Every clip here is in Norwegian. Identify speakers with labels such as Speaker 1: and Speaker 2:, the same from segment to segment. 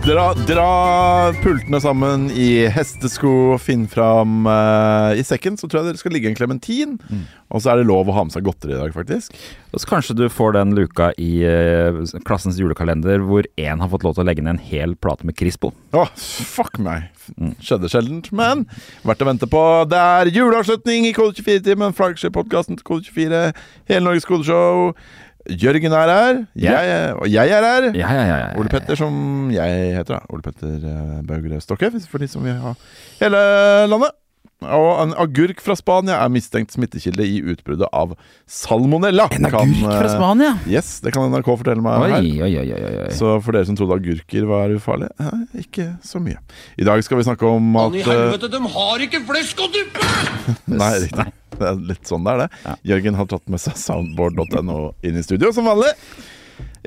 Speaker 1: Dra, dra pultene sammen i hestesko, finn fram eh, i sekken. Så tror jeg det skal ligge en klementin. Og så er det lov å ha med seg godteri i dag, faktisk.
Speaker 2: Så kanskje du får den luka i eh, klassens julekalender hvor én har fått lov til å legge ned en hel plate med Crispo.
Speaker 1: Å, fuck meg. Skjedde sjeldent, men verdt å vente på. Det er juleavslutning i Kode 24-timen, flaggskip-podkasten til Kode 24, hele Norges kodeshow. Jørgen er her,
Speaker 2: Ja.
Speaker 1: jeg, er- og jeg er her.
Speaker 2: Ja, ja, ja. ja.
Speaker 1: Ole Petter, som jeg heter, da. Ole Petter eh, Baugre Stokke, for de som vil ha hele landet. Og en agurk fra Spania er mistenkt smittekilde i utbruddet av salmonella.
Speaker 2: En agurk
Speaker 1: Kan, eh,
Speaker 2: fra Spania!
Speaker 1: Yes, det kan NRK fortelle meg
Speaker 2: Oi,
Speaker 1: her.
Speaker 2: oi, oi, oi, oi.
Speaker 1: Så for dere som trodde agurker var ufarlig, eh, ikke så mye. I dag skal vi snakke om at
Speaker 3: i
Speaker 1: eh,
Speaker 3: helvete, de har ikke flesk og duppe!
Speaker 1: Nei, riktig. Det er litt sånn det er, det. Jørgen har tatt med seg soundboard.no inn i studio, som vanlig.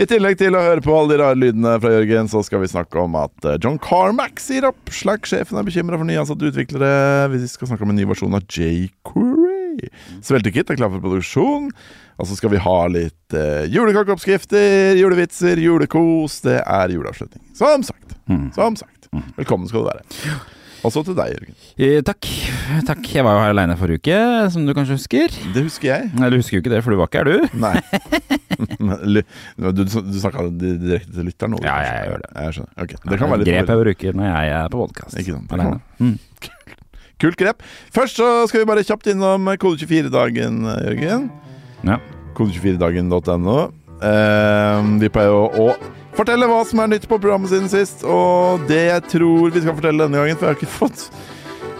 Speaker 1: I tillegg til å høre på alle de rare lydene fra Jørgen, så skal vi snakke om at eh, John Carmack sier opp. Slack sjefen er bekymra for nyansatte utviklere. Vi skal snakke om en ny versjon av J. Curry. Sveltekit er klar for produksjon. Og så skal vi ha litt eh, julekakeoppskrifter, julevitser, julekos. Det er juleavslutning. Som sagt.
Speaker 2: Hmm.
Speaker 1: Som sagt. Velkommen skal du være. Også til deg, Jørgen.
Speaker 2: Eh, Takk. Takk. Jeg var jo her aleine forrige uke, som du kanskje husker.
Speaker 1: Det husker jeg.
Speaker 2: Nei, du husker jo ikke det, for du var ikke her, du.
Speaker 1: Nei. Men ly- Du, du snakka direkte til lytteren nå?
Speaker 2: Ja, ja, jeg gjør det.
Speaker 1: Jeg skjønner. Ok, Det kan være litt
Speaker 2: grep jeg bruker når jeg er på podkast.
Speaker 1: Ikke sant, det kan Kult grep. Først så skal vi bare kjapt innom Kode24-dagen, Jørgen.
Speaker 2: Ja.
Speaker 1: Kode24dagen.no. Eh, vi pleier å, å fortelle hva som er nytt på programmet siden sist, og det jeg tror vi skal fortelle denne gangen, for jeg har ikke fått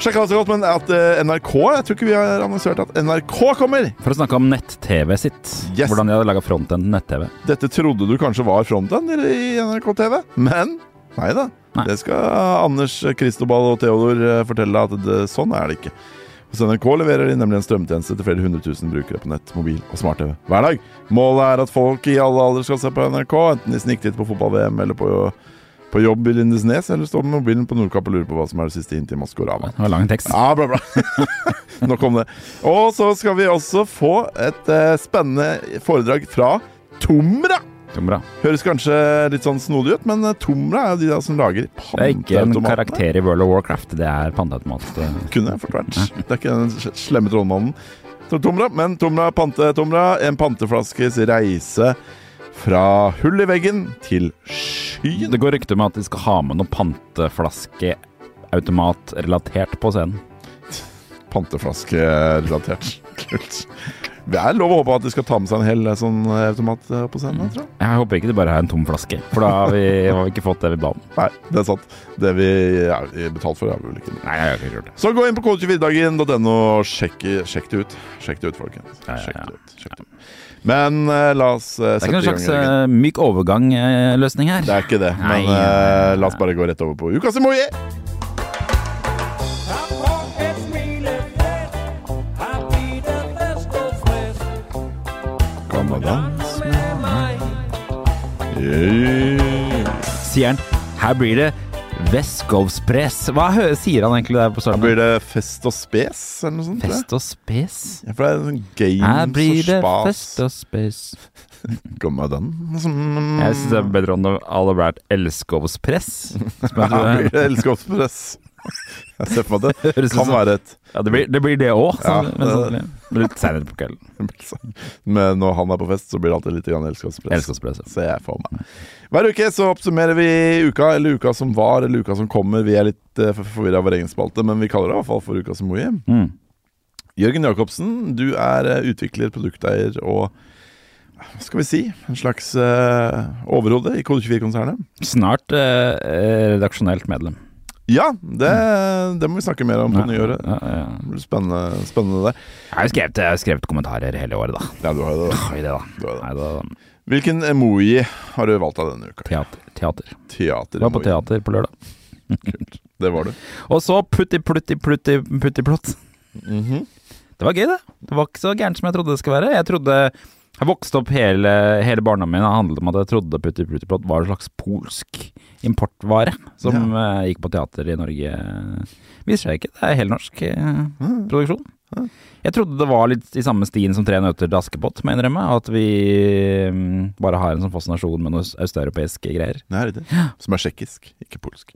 Speaker 1: sjekka så godt, men at eh, NRK Jeg tror ikke vi har annonsert at NRK kommer.
Speaker 2: For å snakke om nett-TV sitt.
Speaker 1: Yes.
Speaker 2: Hvordan de hadde laga frontend til nett-TV.
Speaker 1: Dette trodde du kanskje var fronten i NRK TV, men nei da.
Speaker 2: Nei.
Speaker 1: Det skal Anders, Kristobal og Theodor eh, fortelle deg at det, sånn er det ikke. Hos NRK leverer de nemlig en strømtjeneste til flere hundre tusen brukere på nett, mobil og smart-TV hver dag. Målet er at folk i alle aldre skal se på NRK, enten de sniktitter på fotball-VM eller på, på jobb i Lindesnes, eller står med mobilen på Nordkapp og lurer på hva som er det siste inntil Maskorama.
Speaker 2: Det var lang tekst.
Speaker 1: Ja, bra, bra. Nok om det. Og så skal vi også få et eh, spennende foredrag fra Tomra.
Speaker 2: Det var Bra.
Speaker 1: Høres kanskje litt sånn snodig ut, men eh, Tomra er jo de der som lager
Speaker 2: Det er ikke en
Speaker 1: panteautomatene.
Speaker 2: karakter i World of Warcraft, det er panteautomat. eh.
Speaker 1: Kunne jeg fort vært. Det er ikke den sl- slemme trollmannen som Tomra, men Tomra Pante-Tomra. En panteflaskes reise fra hull i veggen til skyen.
Speaker 2: Det går rykter om at de skal ha med noe panteflaskeautomat relatert på scenen.
Speaker 1: Panteflaske-relatert. Kult. Det er lov å håpe at de skal ta med seg en hel eh, sånn eh, automat eh, på scenen, tror jeg.
Speaker 2: Jeg håper ikke de bare har en tom flaske, for da har vi, har vi ikke fått det vi ba om.
Speaker 1: Nei, det er sant. Det vi er betalt for, er vel ikke det.
Speaker 2: Nei, jeg har ikke gjort det.
Speaker 1: Så gå inn på kode24dagen.no og sjekk, sjekk det ut. Sjekk det ut, folkens.
Speaker 2: Ja, ja, ja.
Speaker 1: Sjekk det ut. Sjekk det ut. Men eh, la oss eh,
Speaker 2: Det
Speaker 1: sette i
Speaker 2: er ikke noen
Speaker 1: gang.
Speaker 2: slags
Speaker 1: Jørgen.
Speaker 2: eh, myk overgang-løsning her.
Speaker 1: Det er ikke det, men
Speaker 2: Nei,
Speaker 1: eh, la oss bare gå rett over på ukas emoji. Kan man danse med meg? Yeah.
Speaker 2: Sier han her blir det Veskovspress. Hva hø sier han egentlig der på
Speaker 1: Da
Speaker 2: starten?
Speaker 1: blir det fest og spes, eller noe sånt? tror jeg.
Speaker 2: Fest og spes.
Speaker 1: Ja, for det er sånn
Speaker 2: Her
Speaker 1: games
Speaker 2: blir det
Speaker 1: og spas.
Speaker 2: fest og spes.
Speaker 1: Kom med den.
Speaker 2: Jeg syns det er bedre om det hadde vært elskovspress.
Speaker 1: Her
Speaker 2: Som jeg
Speaker 1: blir
Speaker 2: tror-
Speaker 1: det elskovspress. Jeg ser for meg at det
Speaker 2: Høres ut
Speaker 1: kan
Speaker 2: som-
Speaker 1: være et
Speaker 2: Ja, det blir det, blir det òg,
Speaker 1: Ja,
Speaker 2: men sånn, litt seinere på kvelden.
Speaker 1: Men når han er på fest, så blir det alltid litt grann elskovspress.
Speaker 2: Elskovspress. ja.
Speaker 1: Ser jeg for meg. Hver uke så oppsummerer vi uka, eller uka som var, eller uka som kommer. Vi er litt uh, forvirra av vår egen spalte, men vi kaller det i hvert fall for uka som moi.
Speaker 2: Mm.
Speaker 1: Jørgen Jacobsen, du er eh, utvikler, produkteier og hva skal vi si en slags eh, overhode i Kode 24-konsernet.
Speaker 2: Snart eh, eh, redaksjonelt medlem.
Speaker 1: Ja, det, det må vi snakke mer om på nyåret.
Speaker 2: Mm. Ja, ja, ja.
Speaker 1: Det blir Spennende, spennende der.
Speaker 2: Jeg har jo skrevet, jeg har skrevet kommentarer hele året, da.
Speaker 1: Ja, du har jo det. da.
Speaker 2: Har vi
Speaker 1: Du
Speaker 2: det,
Speaker 1: har
Speaker 2: da?
Speaker 1: det.
Speaker 2: Nei, da
Speaker 1: Hvilken emoji har du valgt av denne uka?
Speaker 2: teater. teater. Jeg var
Speaker 1: Teateremoji.
Speaker 2: på teater på lørdag.
Speaker 1: Det var du.
Speaker 2: Og så putti plutti plutti putti plott. Det var gøy, det. Det var ikke så gærent som jeg trodde det skulle være. Jeg trodde jeg vokste opp hele, hele barndommen min og handlet om at jeg trodde Putti Plutti Plott var en slags polsk importvare som eh, gikk på teater i Norge. Viser seg ikke. Det er helnorsk eh, produksjon. Jeg trodde det var litt i samme stien som Tre nøtter til Askepott, må jeg innrømme. At vi mm, bare har en sånn fascinasjon med noen østeuropeiske greier.
Speaker 1: Det er det. Som er tsjekkisk, ikke polsk.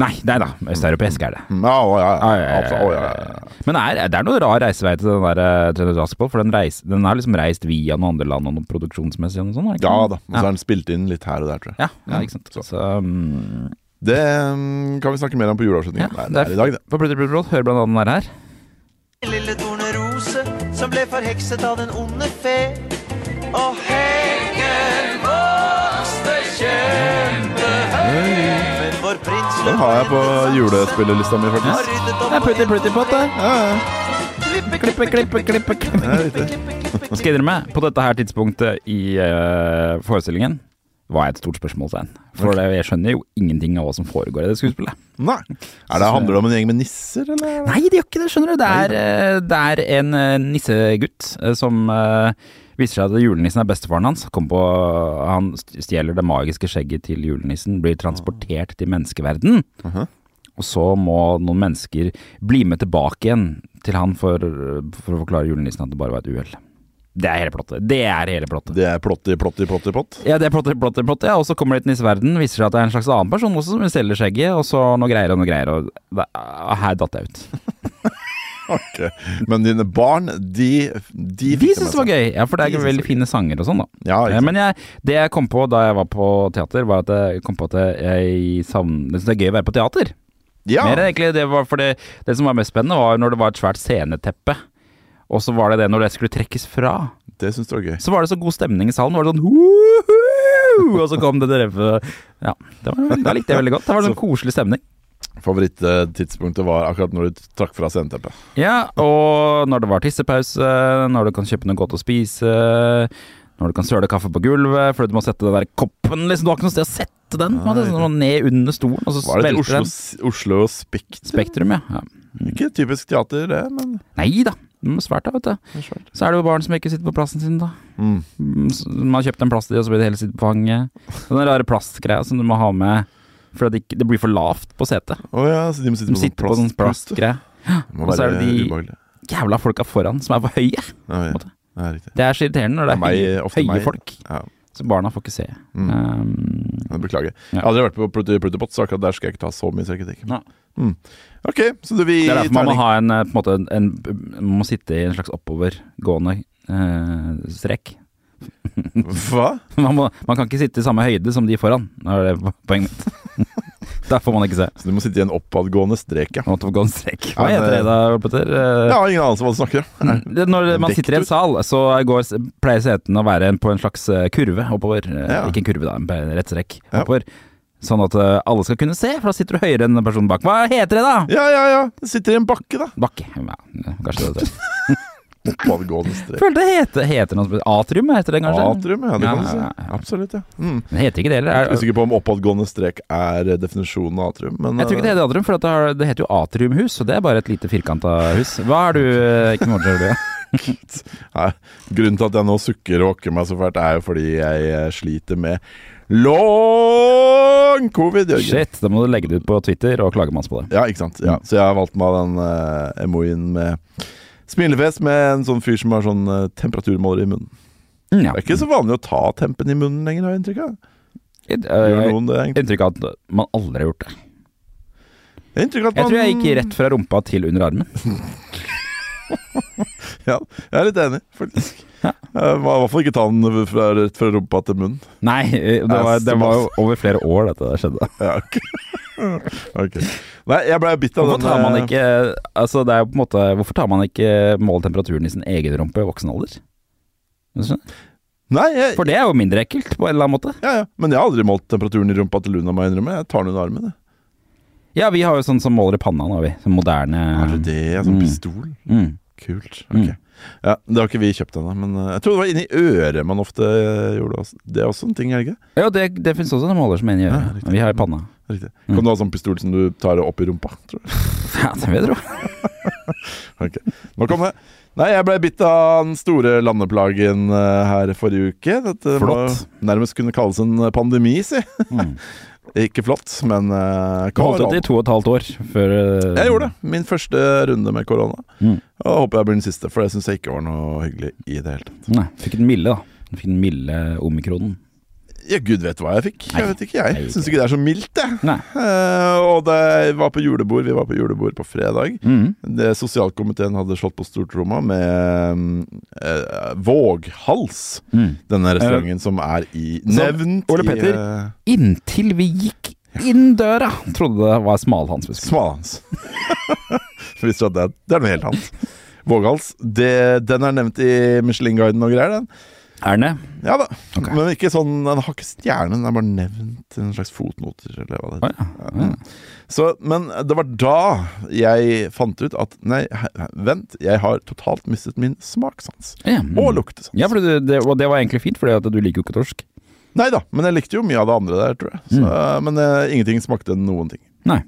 Speaker 2: Nei, nei da. Østeuropeisk er det.
Speaker 1: Mm, Ja, å, ja,
Speaker 2: Ja,
Speaker 1: ja.
Speaker 2: ja, ja,
Speaker 1: Absolutt. Å, ja, ja, ja.
Speaker 2: Men det er, det er noe rar reisevei til den der eh, Tre nøtter til Askepott, for den, reis, den er liksom reist via noen andre land og noe produksjonsmessig og noe sånt. er det ikke
Speaker 1: ja
Speaker 2: sant?
Speaker 1: da. Og så har den spilt inn litt her og der, tror jeg.
Speaker 2: Mm. Ja, ja, ikke sant.
Speaker 1: Så.
Speaker 2: Så, mm,
Speaker 1: Det mm, kan vi snakke mer om på
Speaker 2: ja,
Speaker 1: juleavslutningen. Nei, det er i dag, det.
Speaker 2: På Plutter Plutter Roll, hør blant annet den der her.
Speaker 4: lille tornerose som ble forhekset av den onde fe. Og hengen vokste kjempehøy. Men vår prins
Speaker 1: Den har jeg på julespillerlista mi,
Speaker 4: har
Speaker 1: faktisk.
Speaker 4: ryddet opp
Speaker 2: Det er Plutter Plutter Pott, det.
Speaker 1: Ja, ja.
Speaker 4: klippe,
Speaker 2: Klippe, klippe, klippe, klippe.
Speaker 1: Det er riktig.
Speaker 2: Nå Skal jeg innrømme, på dette her tidspunktet i eh, forestillingen var jeg et stort spørsmålstegn. For det, jeg skjønner jo ingenting av hva som foregår i det skuespillet.
Speaker 1: Nei. Er det, handler det om en gjeng med nisser, eller?
Speaker 2: Nei, det gjør ikke det, skjønner du. Det er, eh, det er en eh, nissegutt eh, som eh, viser seg at julenissen er bestefaren hans. Kommer på, eh, han st- stjeler det magiske skjegget til julenissen, blir transportert til menneskeverden. Og så må noen mennesker bli med tilbake igjen til han for, for å forklare julenissen at det bare var et uhell. Det er hele plottet. Det er hele plottet.
Speaker 1: Det er plott i plott i plott i plott.
Speaker 2: Ja, det er plott, plott, plott, ja. Og så kommer det til nisseverden, viser seg at det er en slags annen person også som selger skjegget, og så noe greier og noe greier, og det, her datt jeg ut.
Speaker 1: Ok. Men dine barn, de De, fikk
Speaker 2: De
Speaker 1: med
Speaker 2: syntes det var
Speaker 1: seg.
Speaker 2: gøy, ja, for
Speaker 1: De
Speaker 2: det er
Speaker 1: synes altså. det
Speaker 2: veldig
Speaker 1: var
Speaker 2: fine sanger og sånn, da.
Speaker 1: Ja, ikke
Speaker 2: Eh,
Speaker 1: sant.
Speaker 2: Men jeg, det jeg kom på da jeg var på teater, var at jeg kom på at jeg savner Jeg syns det er gøy å være på teater.
Speaker 1: Ja.
Speaker 2: Mer enn egentlig det var for det, det som var mest spennende, var når det var et svært sceneteppe. Og så var det det når det skulle trekkes fra.
Speaker 1: Det syns du var gøy.
Speaker 2: Så var det så god stemning i salen. Var det sånn «Woohoo!» Og så kom det treffet. Ja, det var, da likte jeg veldig godt. Det var sånn koselig stemning.
Speaker 1: Favorittidspunktet var akkurat når du trakk fra sceneteppet.
Speaker 2: Ja, og når det var tissepause, når du kan kjøpe noe godt å spise, når du kan søle kaffe på gulvet fordi du må sette den der koppen liksom, Du har ikke noe sted å sette den. Man hadde sånn ned under stolen, og så
Speaker 1: Var det et
Speaker 2: svelter
Speaker 1: Oslo,
Speaker 2: den.
Speaker 1: Oslo Spektrum?
Speaker 2: Spektrum, ja. ja.
Speaker 1: Ikke typisk teater, det, men
Speaker 2: Nei da. det er Svært, da, vet du.
Speaker 1: det er svært.
Speaker 2: Så er det jo barn som ikke sitter på plassen sin, da.
Speaker 1: Mm.
Speaker 2: Mm, s- Man har kjøpt en plass til, og så blir det hele sitt på fanget. Så Den rare plastgreia som du må ha med fordi det, ikke, det blir for lavt på setet.
Speaker 1: Å ja, så de må sitte
Speaker 2: De
Speaker 1: på sånn
Speaker 2: sitter på sånn
Speaker 1: plast.
Speaker 2: plastgreie.
Speaker 1: Det må
Speaker 2: og så er
Speaker 1: være
Speaker 2: det de-
Speaker 1: ubehagelig.
Speaker 2: Jævla folka foran som er for høye.
Speaker 1: Ja, ja.
Speaker 2: måte.
Speaker 1: Det er riktig.
Speaker 2: Det er så irriterende når det er
Speaker 1: Meg-
Speaker 2: høye,
Speaker 1: ofte meg.
Speaker 2: høye folk.
Speaker 1: Ja.
Speaker 2: Så barna får ikke se.
Speaker 1: Mm.
Speaker 2: Um,
Speaker 1: Jeg Beklager.
Speaker 2: Ja.
Speaker 1: Jeg har aldri vært på Plutti Pluttipott, så akkurat der skal jeg ikke ta så mye selvkritikk.
Speaker 2: Nei.
Speaker 1: Mm. Ok, så du vil
Speaker 2: det er derfor man må
Speaker 1: terning.
Speaker 2: ha en, eh, på en måte, en, en, man må sitte i en slags oppovergående eh, strekk.
Speaker 1: Hva?
Speaker 2: Man, må, man kan ikke sitte i samme høyde som de foran. Det er det poenget mitt. Der får man ikke se.
Speaker 1: Så du må sitte i en oppadgående strek, ja.
Speaker 2: Oppovergående strekk. Hva
Speaker 1: Ja,
Speaker 2: heter det
Speaker 1: det-
Speaker 2: da, Petter?
Speaker 1: Jeg
Speaker 2: Eh,
Speaker 1: har ingen anelse om hva du snakker om.
Speaker 2: det- Når man sitter i en sal, så går, pleier setene å være på en slags eh, kurve oppover. Eh,
Speaker 1: Ja.
Speaker 2: Ikke en kurve, da, en rett strekk
Speaker 1: Ja.
Speaker 2: oppover. Sånn at eh, alle skal kunne se, for da sitter du høyere enn personen bak. Hva heter det, da?
Speaker 1: Ja, ja, ja. Du sitter i en bakke, da.
Speaker 2: Bakke. Ja, kanskje det. er det.
Speaker 1: Oppadgående strek.
Speaker 2: Følte det heter, heter noe spesielt. Atrium heter det kanskje?
Speaker 1: Atrium, ja. Det kan du
Speaker 2: Ja, ja,
Speaker 1: si.
Speaker 2: ja.
Speaker 1: Absolutt, ja. Mm.
Speaker 2: Det heter ikke det
Speaker 1: Jeg er
Speaker 2: heller. Er-
Speaker 1: usikker på om oppadgående strek er eh, definisjonen av atrium, men
Speaker 2: Jeg tror ikke det heter atrium, for at det har- det heter jo atriumhus, og det er bare et lite firkanta hus. Hva er du eh, ikke noe ordentlig over det?
Speaker 1: eh, Nei, grunnen til at jeg nå sukker og åkker meg så fælt, er jo fordi jeg eh, sliter med long covid, Jørgen.
Speaker 2: Shit, da må du legge det ut på Twitter og klage masse på det.
Speaker 1: Ja, ikke sant. Ja. Så jeg har valgt meg den eh, emoien med smilefjes med en sånn fyr som har sånn eh, temperaturmåler i munnen.
Speaker 2: Mm, Ja.
Speaker 1: Det er ikke så vanlig å ta tempen i munnen lenger, har jeg inntrykk av.
Speaker 2: Jeg-
Speaker 1: Gjør
Speaker 2: eh,
Speaker 1: noen det,
Speaker 2: jeg har
Speaker 1: egentlig?
Speaker 2: Inntrykk av at man aldri har gjort det.
Speaker 1: Jeg har inntrykk av at
Speaker 2: Jeg tror jeg
Speaker 1: man-
Speaker 2: gikk rett fra rumpa til under armen.
Speaker 1: Ja, jeg er litt enig, faktisk. Jeg må I hvert fall ikke ta den fra, rett fra rumpa til munnen.
Speaker 2: Nei, eh, det var, det var jo over flere år dette der skjedde.
Speaker 1: Ja, ok. ok. Nei, jeg ble bitt av
Speaker 2: Hvorfor
Speaker 1: den
Speaker 2: tar man
Speaker 1: eh,
Speaker 2: ikke Altså, det er jo på en måte Hvorfor tar man ikke mål temperaturen i sin egen rumpe i voksen alder? Du skjønner?
Speaker 1: Nei, jeg,
Speaker 2: For det er jo mindre ekkelt, på en eller annen måte.
Speaker 1: Ja, ja. Men jeg har aldri målt temperaturen i rumpa til Luna, må jeg innrømme. Jeg tar den under armen. jeg.
Speaker 2: Ja, vi har jo sånn som måler i panna nå, vi. Sånn moderne
Speaker 1: Har du det? Sånn
Speaker 2: Mm.
Speaker 1: pistol?
Speaker 2: Mm.
Speaker 1: Kult. Ok. Ja, Det har ikke vi kjøpt ennå, men eh, jeg tror det var inni øret man ofte eh, gjorde det. også. Det er også en ting, er det ikke?
Speaker 2: Ja, det, det finnes også en måler som en gjør.
Speaker 1: Ja, riktig.
Speaker 2: vi har i panna.
Speaker 1: Riktig.
Speaker 2: Mm.
Speaker 1: Kan du ha sånn pistol som du tar opp i rumpa? Tror jeg.
Speaker 2: Ja, det vil jeg tro.
Speaker 1: Ok. Nå kom det. Nei, jeg ble bitt av den store landeplagen eh, her forrige uke. Dette må
Speaker 2: Flott. Mm.
Speaker 1: nærmest kunne kalles en pandemi, si. eh, Ikke flott, men eh,
Speaker 2: Du holdt ut i
Speaker 1: korona.
Speaker 2: to og et halvt år før eh,
Speaker 1: Jeg gjorde det. Min første runde med korona.
Speaker 2: Mm.
Speaker 1: Og jeg håper jeg blir den siste, for det syns jeg ikke var noe hyggelig i det hele tatt.
Speaker 2: Nei, fikk den milde, da. Du fikk den milde omikronen.
Speaker 1: Ja, gud vet hva jeg fikk. Jeg
Speaker 2: Nei.
Speaker 1: vet ikke, jeg.
Speaker 2: Nei,
Speaker 1: Syns ikke det er så mildt, jeg.
Speaker 2: Nei.
Speaker 1: Eh, og det var på julebord. Vi var på julebord på fredag.
Speaker 2: Mhm.
Speaker 1: Det Sosialkomiteen hadde slått på stortromma med eh, Våghals.
Speaker 2: Mm.
Speaker 1: Denne restauranten som er i
Speaker 2: Som
Speaker 1: Nevnt
Speaker 2: Ole
Speaker 1: i,
Speaker 2: Petter.
Speaker 1: eh,
Speaker 2: Inntil vi gikk inn døra, trodde det var smalhansbusk.
Speaker 1: Smalhans. Visste du at det, er- det er noe helt annet. Våghals. Det, den er nevnt i Michelin-guiden og greier, den.
Speaker 2: Erne?
Speaker 1: Ja da. Men ikke sånn, den har ikke stjerne, den er bare nevnt i en slags fotnoter, eller hva det heter.
Speaker 2: Å ja. ja.
Speaker 1: Så, men det var da jeg fant ut at nei, he- vent, jeg har totalt mistet min smakssans.
Speaker 2: Ja, mm.
Speaker 1: Og luktesans.
Speaker 2: Ja, for det, det, og det var egentlig fint, for du liker jo ikke torsk.
Speaker 1: Nei da, men jeg likte jo mye av det andre der, tror jeg. Så,
Speaker 2: Mm.
Speaker 1: Men eh, ingenting smakte noen ting.
Speaker 2: Nei.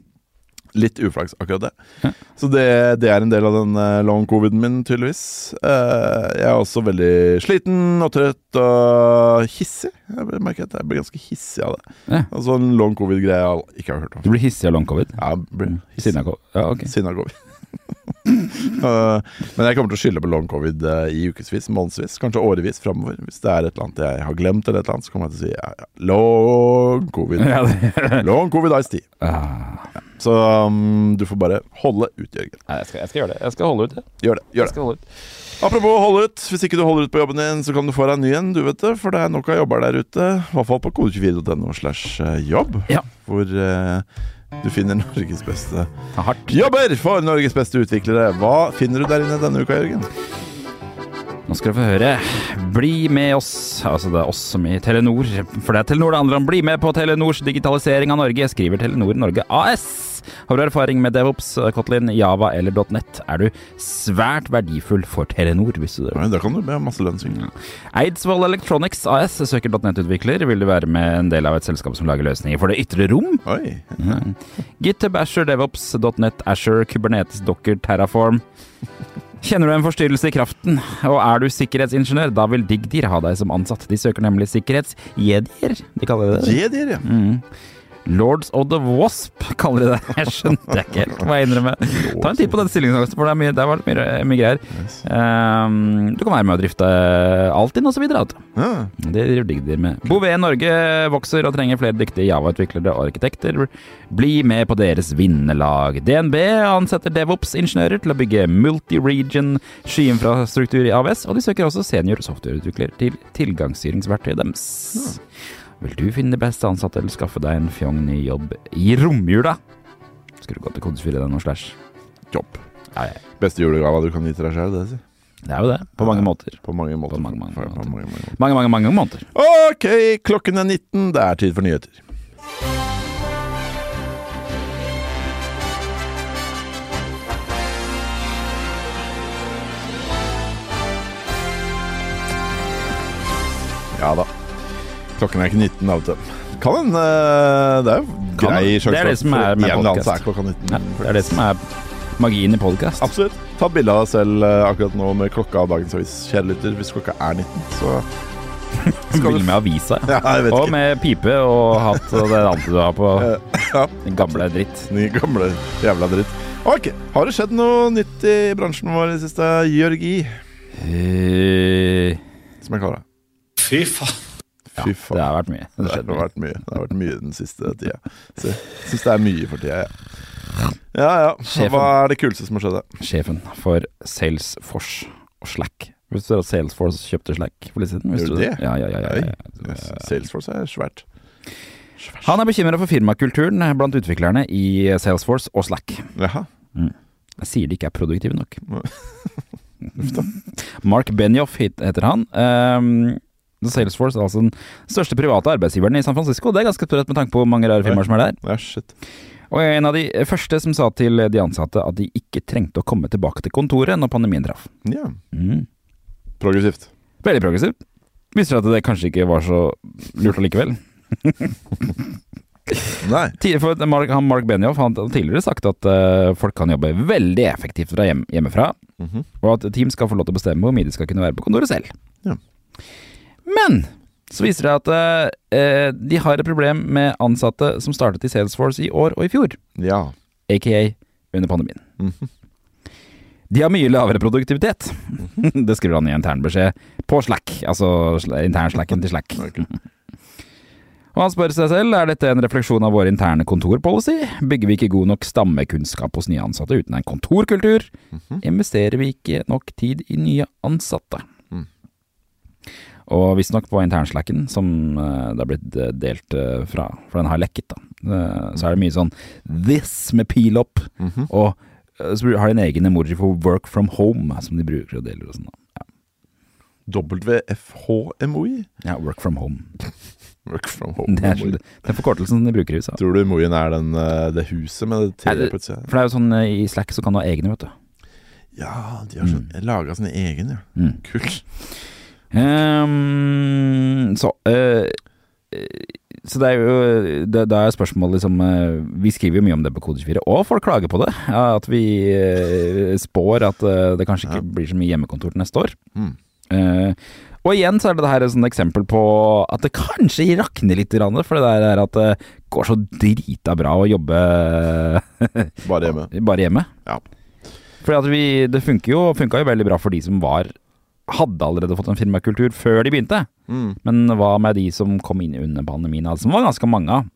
Speaker 1: Litt uflaks, akkurat det.
Speaker 2: Ja.
Speaker 1: Så det, det er en del av den eh, long coviden min, tydeligvis. Eh, jeg er også veldig sliten og trøtt og hissig. Jeg ble- merker at jeg blir ganske hissig av det.
Speaker 2: Ja.
Speaker 1: Altså en long covid-greie jeg al- ikke har hørt om.
Speaker 2: Du Mm. blir hissig av long covid?
Speaker 1: Ja, jeg blir hissig.
Speaker 2: Siden av covid? Ja, ok.
Speaker 1: Siden av covid. Eh, men jeg kommer til å skylde på long covid eh, i ukevis, månedsvis, kanskje årevis framover. Hvis det er et eller annet jeg har glemt, eller et eller annet, så kommer jeg til å si ja, ja, long covid.
Speaker 2: Ja, det.
Speaker 1: Long covid ice tea.
Speaker 2: Ah.
Speaker 1: Så um, du får bare holde ut, Jørgen.
Speaker 2: Nei, jeg skal, jeg skal gjøre det. Jeg skal holde ut. jeg.
Speaker 1: Gjør det. gjør
Speaker 2: Jeg
Speaker 1: det
Speaker 2: skal holde ut.
Speaker 1: Apropos å holde ut. Hvis ikke du holder ut på jobben din, så kan du få deg en ny en, du vet det. For det er nok av jobber der ute. I hvert fall på kode24.no slash eh, jobb.
Speaker 2: Ja.
Speaker 1: Hvor eh, du finner Norges beste
Speaker 2: Det er hardt.
Speaker 1: jobber for Norges beste utviklere. Hva finner du der inne denne uka, Jørgen?
Speaker 2: Nå skal du få høre. Bli med oss. Altså, det er oss som i Telenor. For det er Telenor det handler om. Bli med på Telenors digitalisering av Norge, skriver Telenor Norge AS. Har du erfaring med DevOps, Kotlin, Java eller .net, er du svært verdifull for Telenor, visste du det.
Speaker 1: Nei, Da kan du be om masse lønnssving.
Speaker 2: Eidsvoll Electronics AS søker .net-utvikler. Vil du være med en del av et selskap som lager løsninger for det ytre rom?
Speaker 1: Oi.
Speaker 2: GitHub, Azure, DevOps, .net, Azure, Kubernetes, Docker, Terraform. Kjenner du en forstyrrelse i kraften, og er du sikkerhetsingeniør, da vil DiggDeer ha deg som ansatt. De søker nemlig sikkerhetsjedier, de kaller det det.
Speaker 1: Jedier, ja.
Speaker 2: Lords of the Wasp kaller de det. Jeg skjønte ikke helt hva jeg innrømmer. Ta en titt på den stillingsangsten, for det er mye, der var det mye, mye greier.
Speaker 1: Yes.
Speaker 2: Ehm, du kan være med å drifte Altinn osv.
Speaker 1: Ja.
Speaker 2: Det driver DiggDeer med. Bouvet Norge vokser og trenger flere dyktige Java-utviklere og arkitekter. Bli med på deres vinnerlag. DNB ansetter DevOps-ingeniører til å bygge multi-region skyinfrastruktur i AWS, og de søker også senior softwareutvikler til tilgangsstyringsverktøyet deres. Vil du finne de beste ansatte eller skaffe deg en fjong ny jobb i romjula? Skulle gått til kodesfire.no slash.
Speaker 1: Jobb.
Speaker 2: Ja, ja.
Speaker 1: Beste julegava du kan gi til deg sjøl, det, si.
Speaker 2: Det er jo det, på mange måter.
Speaker 1: På mange måter.
Speaker 2: På mange, mange måter.
Speaker 1: På mange, mange måter.
Speaker 2: Mange, mange, mange måter.
Speaker 1: Ok, klokken er 19. Det er tid for nyheter. Ja da. Klokken er ikke 19 av og til. Kan en eh, Det er jo
Speaker 2: Kan
Speaker 1: grei
Speaker 2: en.
Speaker 1: sjanse
Speaker 2: Det er det
Speaker 1: for-
Speaker 2: som er med
Speaker 1: for en eller annen
Speaker 2: podcast.
Speaker 1: så er klokka 19.
Speaker 2: Ja, det er det som er magien i podkast.
Speaker 1: Absolutt. Ta bilde av deg selv eh, akkurat nå med klokka av dagens avis, kjære lytter. Hvis klokka er 19, så skal du-
Speaker 2: Vil med avisa.
Speaker 1: Ja, jeg vet
Speaker 2: Og
Speaker 1: ikke.
Speaker 2: med pipe og hatt og det andre du har på.
Speaker 1: Ja.
Speaker 2: Den gamle dritt.
Speaker 1: Ny gamle jævla dritt. Ok, Har det skjedd noe nytt i bransjen vår i det siste, Jørgi?
Speaker 2: Eh,
Speaker 1: Som jeg kaller det.
Speaker 3: Fy faen.
Speaker 1: Fy
Speaker 2: Det
Speaker 1: faen.
Speaker 2: har vært mye.
Speaker 1: Det, har vært mye. Det har vært mye den siste tida. Så jeg Syns det er mye for tida, jeg. Ja ja.
Speaker 2: Sjefen.
Speaker 1: Hva er det kuleste som har skjedd? da?
Speaker 2: Sjefen for Salesforce og Slack. Visste dere at Salesforce kjøpte Slack for litt siden? Visste
Speaker 1: Gjorde
Speaker 2: du
Speaker 1: det?
Speaker 2: Ja, ja, ja, ja,
Speaker 1: Nei.
Speaker 2: ja.
Speaker 1: Eh, Salesforce er svært.
Speaker 2: Han er bekymra for firmakulturen blant utviklerne i Salesforce og Slack.
Speaker 1: Jaha.
Speaker 2: Jeg sier de ikke er produktive nok. Mark Benioff het- heter han. Um, Salesforce er altså den største private arbeidsgiveren i San Francisco. Det er ganske sprøtt med tanke på hvor mange rare firmaer som er der.
Speaker 1: Ja, shit.
Speaker 2: Og jeg er en av de første som sa til de ansatte at de ikke trengte å komme tilbake til kontoret når pandemien traff. Mm.
Speaker 1: Ja. Progressivt.
Speaker 2: Veldig progressivt. Viser seg at det kanskje ikke var så lurt allikevel.
Speaker 1: Nei.
Speaker 2: Tidligere for Mark, han Mark Benioff han hadde tidligere sagt at eh, folk kan jobbe veldig effektivt fra hjem, hjemmefra,
Speaker 1: Mhm.
Speaker 2: og at team skal få lov til å bestemme hvor mye de skal kunne være på kontoret selv.
Speaker 1: Ja.
Speaker 2: Men så viser det at eh, de har et problem med ansatte som startet i Salesforce i år og i fjor,
Speaker 1: Ja.
Speaker 2: aka under pandemien. De har mye lavere produktivitet. det skriver han i internbeskjed på Slack, altså sl- internslacken til Slack. Og han spør seg selv er dette en refleksjon av vår interne kontorpolicy. Bygger vi ikke god nok stammekunnskap hos nye ansatte uten en kontorkultur? Investerer vi ikke nok tid i nye ansatte? Og visstnok på internslacken, som eh, det har blitt eh, delt eh, fra, for den har lekket, da, eh, så er det mye sånn this med pil opp,
Speaker 1: Mhm.
Speaker 2: og eh, så har de en egen emoji for work from home, eh, som de bruker og deler og sånn. da.
Speaker 1: WFH-emoji?
Speaker 2: Ja, ja, work from home.
Speaker 1: Work from
Speaker 2: Det er,
Speaker 1: home-emoji.
Speaker 2: det er forkortelsen de bruker i USA.
Speaker 1: Tror du emojen er den, eh, det huset med det
Speaker 2: Nei,
Speaker 1: treet
Speaker 2: det-
Speaker 1: på utsida?
Speaker 2: For det er jo sånn eh, i Slack så kan du ha egne, vet du.
Speaker 1: Ja, de har sånn, laga sine egne, ja.
Speaker 2: Mm.
Speaker 1: Kult.
Speaker 2: Ehm, så eh, eh, Så det er jo det, Da er spørsmålet liksom eh, Vi skriver jo mye om det på Kode 24, og folk klager på det. ja, At vi eh, spår at eh, det kanskje ikke blir så mye hjemmekontor til neste år.
Speaker 1: Mm.
Speaker 2: Eh, og igjen så er det det her et sånt eksempel på at det kanskje rakner litt, grann, for det der er at det går så drita bra å jobbe
Speaker 1: Bare hjemme.
Speaker 2: bare hjemme.
Speaker 1: Ja.
Speaker 2: Fordi at vi, det funker jo, funka jo veldig bra for de som var hadde allerede fått en firmakultur før de begynte.
Speaker 1: Mm.
Speaker 2: Men hva med de som kom inn under pandemien, altså, som var ganske mange av?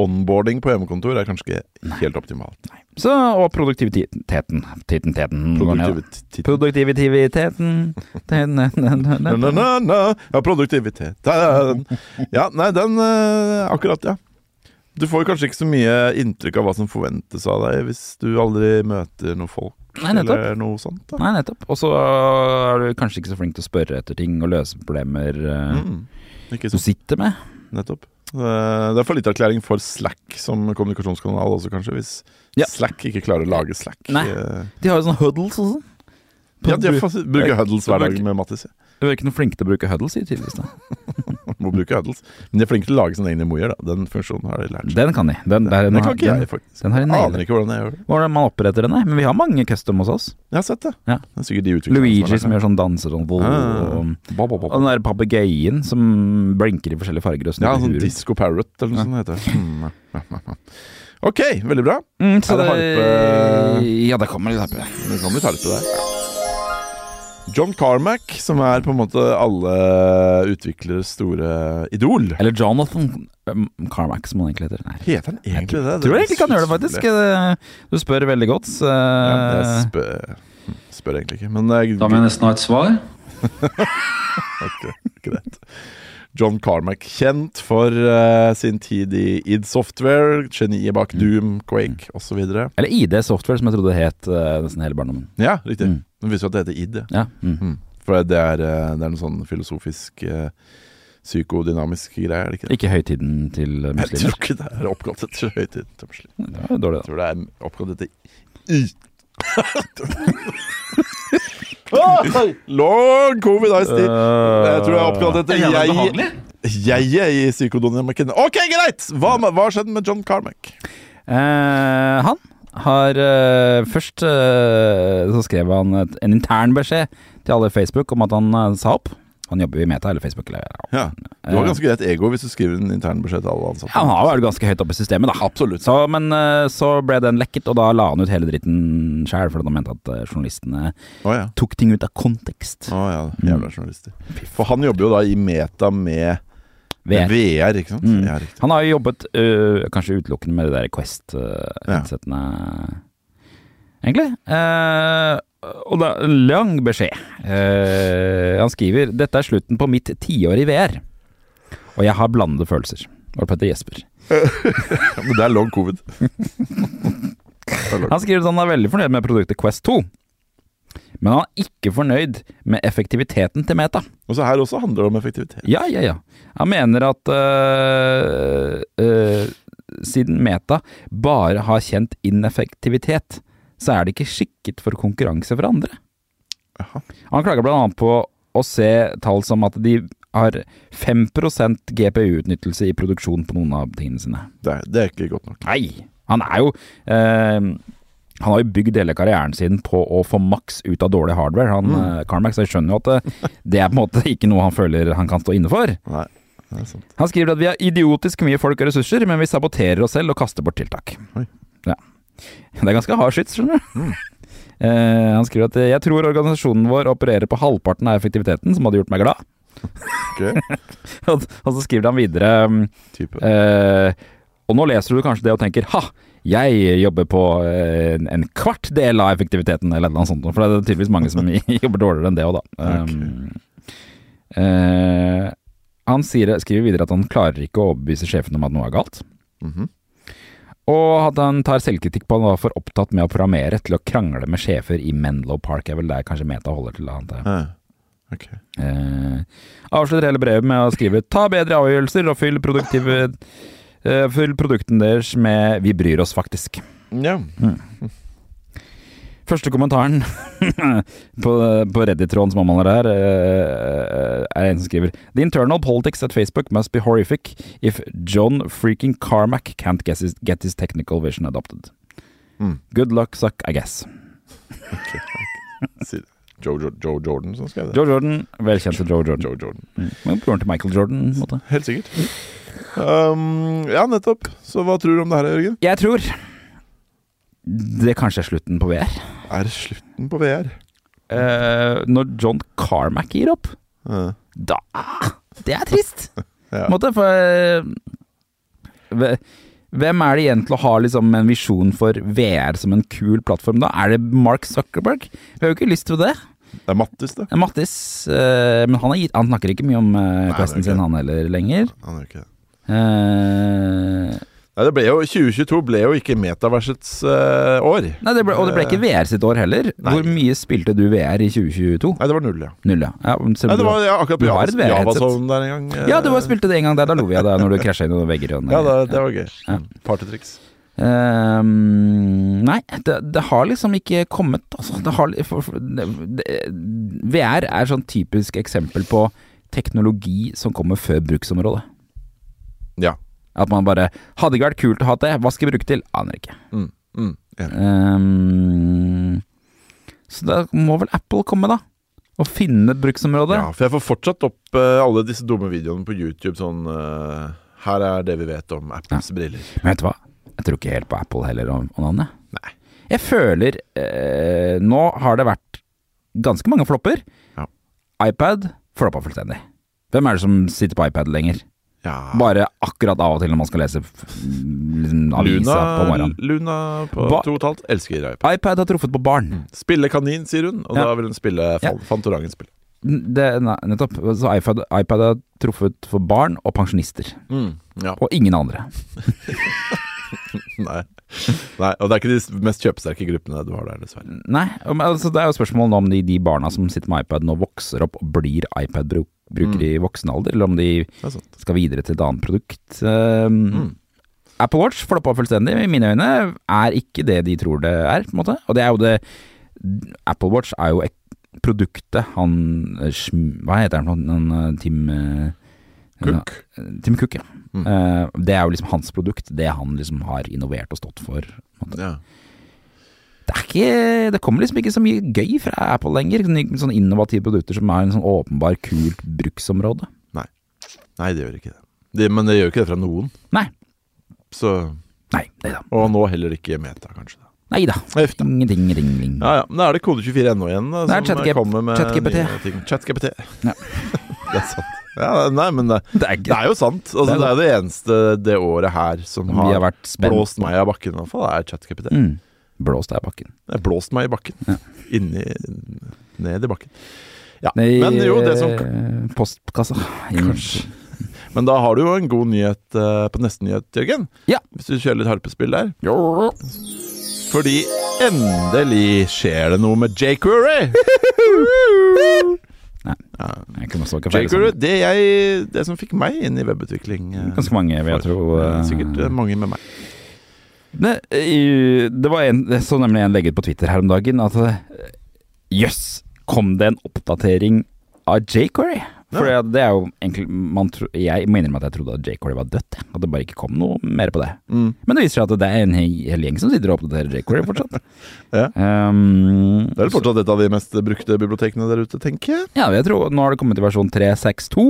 Speaker 1: Onboarding på hjemmekontor er kanskje ikke helt optimalt.
Speaker 2: Så, og produktiviteten teten, teten, teten, går ned, da.
Speaker 1: Produktivitet
Speaker 2: Produktiviteten teten, teten,
Speaker 1: na,
Speaker 2: teten.
Speaker 1: na, na, na. Ja, produktivitet. Da, da, da. Ja, nei, den eh, Akkurat, ja. Du får kanskje ikke så mye inntrykk av hva som forventes av deg hvis du aldri møter noen folk.
Speaker 2: Nei, nettopp.
Speaker 1: eller noe sånt. Da.
Speaker 2: Nei, nettopp. Og så er du kanskje ikke så flink til å spørre etter ting og løse problemer eh,
Speaker 1: Mm. Ikke
Speaker 2: du
Speaker 1: så
Speaker 2: sitter med.
Speaker 1: Nettopp. Eh, Det er for lite erklæring for Slack som kommunikasjonskanal også, kanskje. Hvis
Speaker 2: Ja.
Speaker 1: Slack ikke klarer å lage Slack.
Speaker 2: Nei.
Speaker 1: eh,
Speaker 2: De har jo sånne huddles og sånn.
Speaker 1: Ja, de er fast- bruker huddles hver dag
Speaker 2: Bruk-
Speaker 1: med Mattis. ja.
Speaker 2: Du er ikke noe flink til å bruke huddles, sier tydeligvis. da.
Speaker 1: Må bruke huddles. Men de er flinke til å lage sine egne emojier, da. Den funksjonen har de lært seg.
Speaker 2: Den kan de. Den, der,
Speaker 1: Den kan ikke
Speaker 2: den,
Speaker 1: jeg, faktisk.
Speaker 2: den har de
Speaker 1: Jeg aner
Speaker 2: nailer.
Speaker 1: ikke hvordan jeg gjør det.
Speaker 2: Hvordan man oppretter den, nei. Men vi har mange custom hos oss.
Speaker 1: Jeg har sett det.
Speaker 2: Ja.
Speaker 1: Det er sikkert de utviklerne
Speaker 2: Luigi
Speaker 1: som
Speaker 2: som gjør sånn danser sånn og,
Speaker 1: Ah.
Speaker 2: og, og den der papegøyen som blinker i forskjellige farger og
Speaker 1: Ja, sånn
Speaker 2: snurrer.
Speaker 1: Disco Parrot eller noe sånt heter det. Hmm, ja, ja, ja. Ok, veldig bra.
Speaker 2: mm, så
Speaker 1: Er det harpe?
Speaker 2: Ja, det kommer litt harpe.
Speaker 1: Det kan bli tarpe der. John Carmack, som er på en måte alle utvikleres store idol.
Speaker 2: Eller Jonathan um, Carmack, som han egentlig heter. Nei.
Speaker 1: Heter han egentlig det?
Speaker 2: Jeg tror jeg egentlig ikke han gjør det, faktisk. Det- Du spør veldig godt. så-
Speaker 1: Ja, jeg spør, hm, spør egentlig ikke, men eh, jeg,
Speaker 5: Eh. Da må jeg nesten ha et svar.
Speaker 1: Greit. John Carmack, kjent for eh, sin tid i id Software, geniet bak
Speaker 5: Mm.
Speaker 1: Doom, Quake osv.
Speaker 2: Eller ID Software, som jeg trodde det het eh, nesten hele barndommen.
Speaker 1: Ja, riktig.
Speaker 2: Mm.
Speaker 1: Det viser jo at det heter id. Ja.
Speaker 2: Ja, mm.
Speaker 1: Mm. For det er, eh, det er noe sånn filosofisk eh, psykodynamisk greie, er det ikke det?
Speaker 2: Ikke høytiden til eh,
Speaker 1: Jeg tror
Speaker 2: muslimer.
Speaker 1: ikke det er oppkalt etter høytiden til muslimer.
Speaker 2: Det var jo dårlig,
Speaker 1: Jeg
Speaker 2: da.
Speaker 1: tror det er oppkalt etter i... Oi! Long covid ice tea.
Speaker 2: Øh.
Speaker 1: Jeg tror det er oppkalt etter
Speaker 5: Er det
Speaker 1: jeg,
Speaker 5: behagelig?
Speaker 1: jeget i psykodynamikken. Ok, greit! Hva, med- hva skjedde med John Carmack?
Speaker 2: Eh, han har eh, Først eh, så skrev han et, en intern beskjed til alle i Facebook om at han eh, sa opp. Han jobber jo i Meta eller Facebook. Eller, ja.
Speaker 1: Ja. Du har ganske greit ego hvis du skriver en intern beskjed til alle ansatte.
Speaker 2: Ja, han har vært ganske høyt oppe i systemet, da.
Speaker 1: Absolutt.
Speaker 2: Så, men eh, så ble den lekket, og da la han ut hele dritten sjæl, fordi han mente at eh, journalistene
Speaker 1: Å ja.
Speaker 2: tok ting ut av kontekst.
Speaker 1: Å ja,
Speaker 2: Mm.
Speaker 1: Jævla journalister. For han jobber jo da i Meta med
Speaker 2: VR.
Speaker 1: VR, ikke sant?
Speaker 2: Mm.
Speaker 1: Ja, riktig.
Speaker 2: Han har jo jobbet øh, kanskje utelukkende med de der Quest-headsetene, egentlig. Eh, og det er en lang beskjed. Eh, han skriver 'Dette er slutten på mitt tiår i VR', og jeg har blandede følelser. Og Petter Jesper.
Speaker 1: Ja, men det er long covid.
Speaker 2: Han skriver at han er veldig fornøyd med produktet Quest 2, men han er ikke fornøyd med effektiviteten til Meta.
Speaker 1: Og så her også handler det om effektivitet.
Speaker 2: Ja, ja, ja. Han mener at øh, øh, siden Meta bare har kjent ineffektivitet, så er det ikke skikket for konkurranse fra andre.
Speaker 1: Jaha.
Speaker 2: Han klager bl.a. på å se tall som at de har 5 GPU-utnyttelse i produksjon på noen av tingene sine.
Speaker 1: Det, er, det er ikke godt nok.
Speaker 2: Nei! Han er jo øh, Han har jo bygd hele karrieren sin på å få maks ut av dårlig hardware, han eh, Carmack, så jeg skjønner jo at det, det er på en måte ikke noe han føler han kan stå inne for.
Speaker 1: Nei, det er sant.
Speaker 2: Han skriver at vi har idiotisk mye folk og ressurser, men vi saboterer oss selv og kaster bort tiltak.
Speaker 1: Oi. Mm.
Speaker 2: Ja. Det er ganske hard skyts, skjønner du. Eh, han skriver at jeg tror organisasjonen vår opererer på halvparten av effektiviteten, som hadde gjort meg glad.
Speaker 1: Ok,
Speaker 2: og så skriver han videre um,
Speaker 1: type.
Speaker 2: eh, Og nå leser du kanskje det og tenker ha, jeg jobber på eh, en- en kvart del av effektiviteten, eller noe sånt. For det er tydeligvis mange som jobber dårligere enn det òg, da. Um, eh, han sier, skriver videre at han klarer ikke å overbevise sjefen om at noe er galt.
Speaker 1: Mhm.
Speaker 2: Og at han tar selvkritikk på at han var for opptatt med å programmere til å krangle med sjefer i Menlo Park. Er vel der kanskje Meta holder til, antar jeg.
Speaker 1: Eh, ok.
Speaker 2: Eh, avslutter hele brevet med å skrive 'ta bedre avgjørelser' og fyll, produktive, eh, fyll produkten deres med 'vi bryr oss faktisk'.
Speaker 1: Ja.
Speaker 2: Første kommentaren på, på Reddit-tråden som omhandler det her, eh, er en som skriver The internal politics at Facebook must be horrific if John freaking Carmack can't guess his, get his technical vision adopted.
Speaker 1: Mm.
Speaker 2: Good luck, suck, I guess.
Speaker 1: Si- Joe, Joe, Joe Jordan som skrev det.
Speaker 2: Joe Jordan, velkjente Joe Jordan.
Speaker 1: Joe Jordan.
Speaker 2: Mm. Men broren til Michael Jordan, på en måte.
Speaker 1: Helt sikkert. Um, ja, nettopp. Så hva tror du om det her, Jørgen?
Speaker 2: Jeg tror det kanskje er slutten på VR.
Speaker 1: Er det slutten på VR?
Speaker 2: Eh, når John Carmack gir opp,
Speaker 1: Eh,
Speaker 2: da Det er trist!
Speaker 1: Ja.
Speaker 2: På en måte, for eh, ve- Hvem er det igjen til å ha liksom, en visjon for VR som en kul plattform, da? Er det Mark Zuckerberg? Vi har jo ikke lyst til det.
Speaker 1: Det er Mattis, det.
Speaker 2: Eh, Mattis eh, Men han, har gitt, han snakker ikke mye om uh,
Speaker 1: det er
Speaker 2: questen
Speaker 1: ikke det.
Speaker 2: sin, han heller, lenger.
Speaker 1: Han er jo ikke det.
Speaker 2: Eh,
Speaker 1: Nei, det ble jo, 2022 ble jo ikke metaversets eh, år.
Speaker 2: nei, det ble, og det ble ikke VR sitt år heller.
Speaker 1: Eh, Nei.
Speaker 2: Hvor mye spilte du VR i 2022?
Speaker 1: Eh, Nei, det var null, ja.
Speaker 2: Null, ja. ja men så-
Speaker 1: Nei, det var ja, akkurat
Speaker 2: Du
Speaker 1: på
Speaker 2: har et
Speaker 1: Javas-
Speaker 2: VR-headset.
Speaker 1: Javasovn der en gang. eh,
Speaker 2: Ja, du bare spilte det en gang der, da lo vi av deg når du krasja inn i noen vegger. og-
Speaker 1: Ja, det, det var gøy. Mm.
Speaker 2: Ja.
Speaker 1: Partytriks.
Speaker 2: Ehm, nei, det, det har liksom ikke kommet altså, det har, li- for, for, det, det, VR er sånn typisk eksempel på teknologi som kommer før bruksområdet.
Speaker 1: Ja.
Speaker 2: At man bare Hadde ikke vært kult å ha det, hva skal jeg bruke til? Aner ikke.
Speaker 1: Mm, mm, ja.
Speaker 2: Ehm, så da må vel Apple komme, da. Og finne et bruksområde.
Speaker 1: ja, for jeg får fortsatt opp eh, alle disse dumme videoene på YouTube sånn eh, Her er det vi vet om Apples briller.
Speaker 2: Men vet du hva? Jeg tror ikke helt på Apple heller om, om navnet.
Speaker 1: Nei.
Speaker 2: Jeg føler eh, Nå har det vært ganske mange flopper.
Speaker 1: Ja.
Speaker 2: iPad floppa fullstendig. Hvem er det som sitter på iPad lenger?
Speaker 1: Ja.
Speaker 2: Bare akkurat av og til når man skal lese f- liksom, avisa
Speaker 1: Luna
Speaker 2: på morgenen.
Speaker 1: Luna på
Speaker 2: Ba-
Speaker 1: to og et halvt elsker iPad.
Speaker 2: iPad har truffet på barn.
Speaker 1: Spille kanin, sier hun, og
Speaker 2: Ja.
Speaker 1: da vil hun spille
Speaker 2: Ja.
Speaker 1: fan, Fantorangen spille.
Speaker 2: Det, nei, nettopp. Så iPad, iPad har truffet for barn og pensjonister.
Speaker 1: Mm, Ja.
Speaker 2: Og ingen andre.
Speaker 1: Nei. Nei. Og det er ikke de mest kjøpesterke gruppene du har der, dessverre.
Speaker 2: Nei, men altså, det er jo spørsmål nå om de, de barna som sitter med iPad nå vokser opp og blir iPad-brukere i voksen alder, eller om de
Speaker 1: Det er sant.
Speaker 2: skal videre til et annet produkt. Um, Apple Watch floppa fullstendig, i mine øyne, er ikke det de tror det er, på en måte. Og det er jo det Apple Watch er jo et produktet han eh, Schm- Hva heter han for noe? Han, eh, Tim eh,
Speaker 1: Cook.
Speaker 2: ja, Tim Cook, ja. Eh, det er jo liksom hans produkt, det han liksom har innovert og stått for. på en måte.
Speaker 1: Ja.
Speaker 2: Det, er ikke, det kommer liksom ikke så mye gøy fra Apple lenger. Sånne sånne innovative produkter som er en sånn åpenbar kult bruksområde.
Speaker 1: Nei. Nei, det gjør ikke det. det. Men det gjør ikke det fra noen.
Speaker 2: Nei.
Speaker 1: Så
Speaker 2: Nei, nei da.
Speaker 1: Og nå heller ikke Meta, kanskje. Da.
Speaker 2: Nei da.
Speaker 1: Uff da.
Speaker 2: Ingenting, ingenting, ingenting.
Speaker 1: Ja, ja. Men da er det Kode24 NO igjen da,
Speaker 2: Det er
Speaker 1: som eh,
Speaker 2: ChatGP
Speaker 1: kommer med
Speaker 2: ChatGPT.
Speaker 1: nye ting. ChatGPT.
Speaker 2: Ja.
Speaker 1: det er sant. Ja, nei, men det,
Speaker 2: Det er ikke
Speaker 1: det er jo sant. Altså, det er det eneste det året her som
Speaker 2: Vi
Speaker 1: har,
Speaker 2: har vært spent.
Speaker 1: blåst meg av bakken, i hvert fall, er ChatGPT.
Speaker 2: mm. Blåst av bakken.
Speaker 1: Det har blåst meg i bakken. Inni Ned i bakken. Ja.
Speaker 2: Nei,
Speaker 1: men jo, det som
Speaker 2: eh, Postkassa. Kanskje.
Speaker 1: Men da har du jo en god nyhet eh, på neste nyhet, Jørgen.
Speaker 2: Ja.
Speaker 1: Hvis du kjører litt harpespill der.
Speaker 2: Jo.
Speaker 1: Fordi endelig skjer det noe med jQuery.
Speaker 2: Jeg kunne også ikke feil
Speaker 1: jQuery,
Speaker 2: sånn.
Speaker 1: det, jeg, det som fikk meg inn i webutvikling. eh,
Speaker 2: Ganske mange, vil jeg
Speaker 1: for-
Speaker 2: tro.
Speaker 1: eh,
Speaker 2: eh.
Speaker 1: Sikkert eh, mange med meg.
Speaker 2: Nei, eh, Det var en, jeg så nemlig en legget på Twitter her om dagen at eh, Jøss, kom det en oppdatering av jQuery? For det er jo egentlig man tro, Jeg må innrømme at jeg trodde at J. Corey var dødt. jeg. At det bare ikke kom noe mer på det.
Speaker 1: Mm.
Speaker 2: Men det viser seg at det er en he- hel gjeng som sitter og oppdaterer J. Corey fortsatt.
Speaker 1: Ja.
Speaker 2: Um,
Speaker 1: Det er fortsatt et av de mest brukte bibliotekene der ute, tenker jeg.
Speaker 2: ja, jeg tror Nå har det kommet i versjon 3.6.2.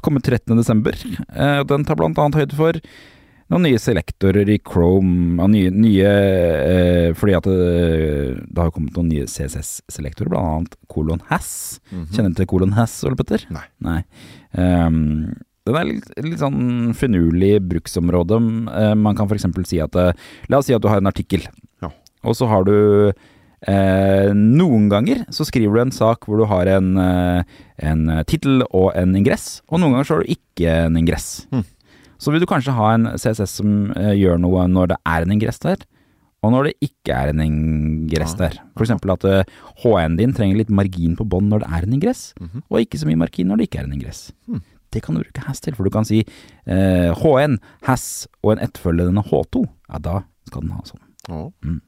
Speaker 2: Kommer 13.12. Eh, og den tar blant annet høyde for noen nye selektorer i Chrome. Ja, nye, nye eh, Fordi at det, det har kommet noen nye CSS-selektorer, blant annet Colon Hass. Kjenner du til Colon Hass, Ole Petter?
Speaker 1: Nei.
Speaker 2: Ehm, den er litt, litt sånn finurlig bruksområde. Eh, man kan f.eks. si at eh, La oss si at du har en artikkel.
Speaker 1: Ja.
Speaker 2: Og så har du eh, Noen ganger så skriver du en sak hvor du har en, eh, en tittel og en ingress, og noen ganger så har du ikke en ingress. Så vil du kanskje ha en CSS som eh, gjør noe når det er en ingress der, og når det ikke er en ingress der. For eksempel at eh, HN din trenger litt margin på bånd når det er en ingress, og ikke så mye margin når det ikke er en ingress. Det kan du bruke has til, for du kan si eh, HN, has og en etterfølgende H2. Ja, da skal den ha sånn.
Speaker 1: Å,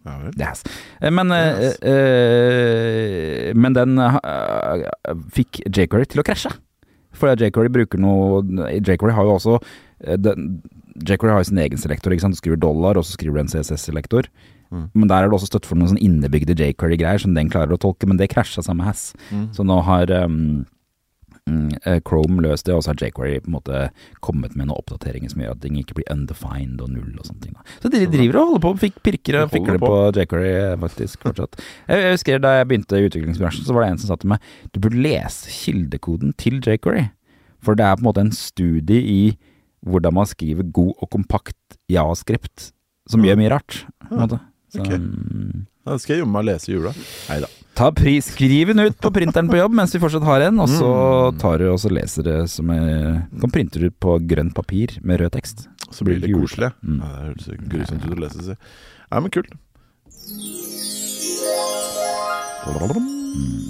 Speaker 1: ja vel.
Speaker 2: Det er has. Eh, Men, eh,
Speaker 1: Yes.
Speaker 2: eh, men den eh, fikk Jacory til å krasje. For Jacory bruker noe Jacory har jo også eh, den- jQuery har jo sin egen selektor. Ikke sant? Du skriver dollar, og så skriver du en CSS-selektor. Men der er det også støtt for noen sånn innebygde jQuery-greier som den klarer å tolke, men det krasja sammen med Hass. Så nå har um, mm, eh, Chrome løst det, og så har jQuery på en måte kommet med noen oppdateringer som gjør at ting ikke blir undefined og null og sånne ting. da. Så de driver og holder på, fikk pirker og
Speaker 1: De holder
Speaker 2: fikler på jQuery eh, faktisk fortsatt. Jeg, jeg husker da jeg begynte i utviklingsbransjen, så var det en som sa til meg du burde lese kildekoden til jQuery, for det er på en måte en studie i hvordan man skriver god og kompakt javascript, som gjør mye rart. På en måte. Så,
Speaker 1: ok.
Speaker 2: mm,
Speaker 1: Da skal jeg jobbe meg og lese i jula. Nei da.
Speaker 2: Ta pris, skriv den ut på printeren på jobb mens vi fortsatt har en, og så tar du og så leser det som eh, Kan printe det ut på grønt papir med rød tekst.
Speaker 1: Så blir det litt
Speaker 2: Jul.
Speaker 1: koselig. Ja, det høres jo grusomt ut å lese, sier Nei, men kult. Mm.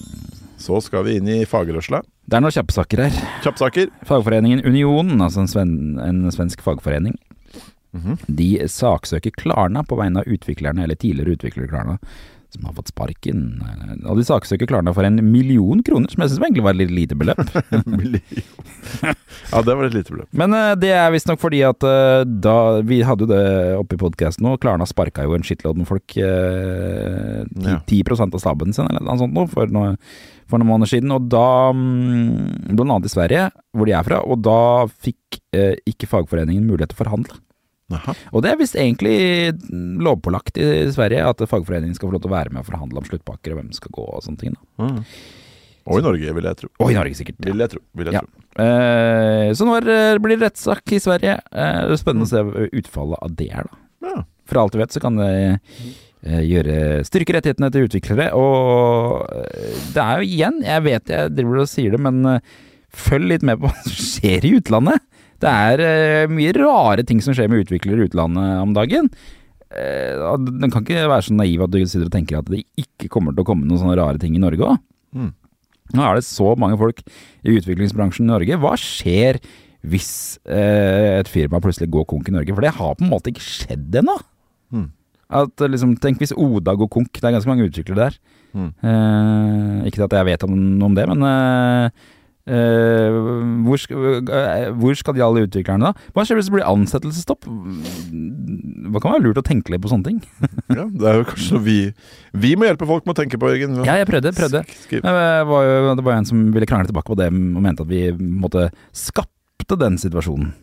Speaker 1: Så skal vi inn i fagrørsla.
Speaker 2: Det er noen kjappsaker her.
Speaker 1: Kjappsaker.
Speaker 2: Fagforeningen Unionen, altså en, sven, en svensk fagforening, de saksøker Klarna på vegne av utviklerne, eller tidligere utviklere Klarna, som har fått sparken. Og de saksøker Klarna for en million kroner, som jeg syns egentlig var et litt lite beløp.
Speaker 1: ja, det var et lite beløp.
Speaker 2: Men eh, det er visstnok fordi at eh, da Vi hadde jo det oppe i podkasten nå. Klarna sparka jo en shitload med folk. eh, ti-
Speaker 1: Ja.
Speaker 2: 10 av staben sin eller noe sånt nå, for, noe, for noen måneder siden. Og da mm, Blant annet i Sverige, hvor de er fra. Og da fikk eh, ikke fagforeningen mulighet til å forhandle.
Speaker 1: Aha.
Speaker 2: Og det er visst egentlig mm, lovpålagt i Sverige at fagforeningen skal få lov til å være med og forhandle om sluttpakker og hvem som skal gå og sånne ting. Da.
Speaker 1: Mm. Og i Norge, vil jeg tro.
Speaker 2: Og i Norge, sikkert.
Speaker 1: Vil jeg tro. Vil jeg
Speaker 2: Ja.
Speaker 1: tro.
Speaker 2: Eh, så nå er, det- blir det rettssak i Sverige. Eh, det er spennende å se utfallet av det her, da.
Speaker 1: Ja.
Speaker 2: For alt du vet, så kan det eh, gjøre styrke rettighetene til utviklere. Og eh, det er jo igjen, jeg vet jeg driver og sier det, men eh, følg litt med på hva som skjer i utlandet. Det er eh, mye rare ting som skjer med utviklere i utlandet om dagen. Eh, og den kan ikke være så naiv at du sitter og tenker at det ikke kommer til å komme noen sånne rare ting i Norge òg.
Speaker 1: Mm.
Speaker 2: Nå er det så mange folk i utviklingsbransjen i Norge. Hva skjer hvis eh, et firma plutselig går konk i Norge? For det har på en måte ikke skjedd ennå.
Speaker 1: Mm.
Speaker 2: At, eh, liksom, tenk hvis Oda går konk. Det er ganske mange utviklere der.
Speaker 1: Mm.
Speaker 2: Eh, ikke at jeg vet om, om det, men eh, eh, hvor, sk- eh, hvor skal de alle utviklerne da? Hva skjer hvis det blir ansettelsesstopp? Hva kan være lurt å tenke litt på sånne ting?
Speaker 1: Ja, det er jo kanskje noe vi Vi må hjelpe folk med å tenke på, Jørgen.
Speaker 2: Ja, jeg prøvde, prøvde.
Speaker 1: Skriv.
Speaker 2: Men Det var jo det var jo en som ville krangle tilbake på det og mente at vi måtte skapte den situasjonen.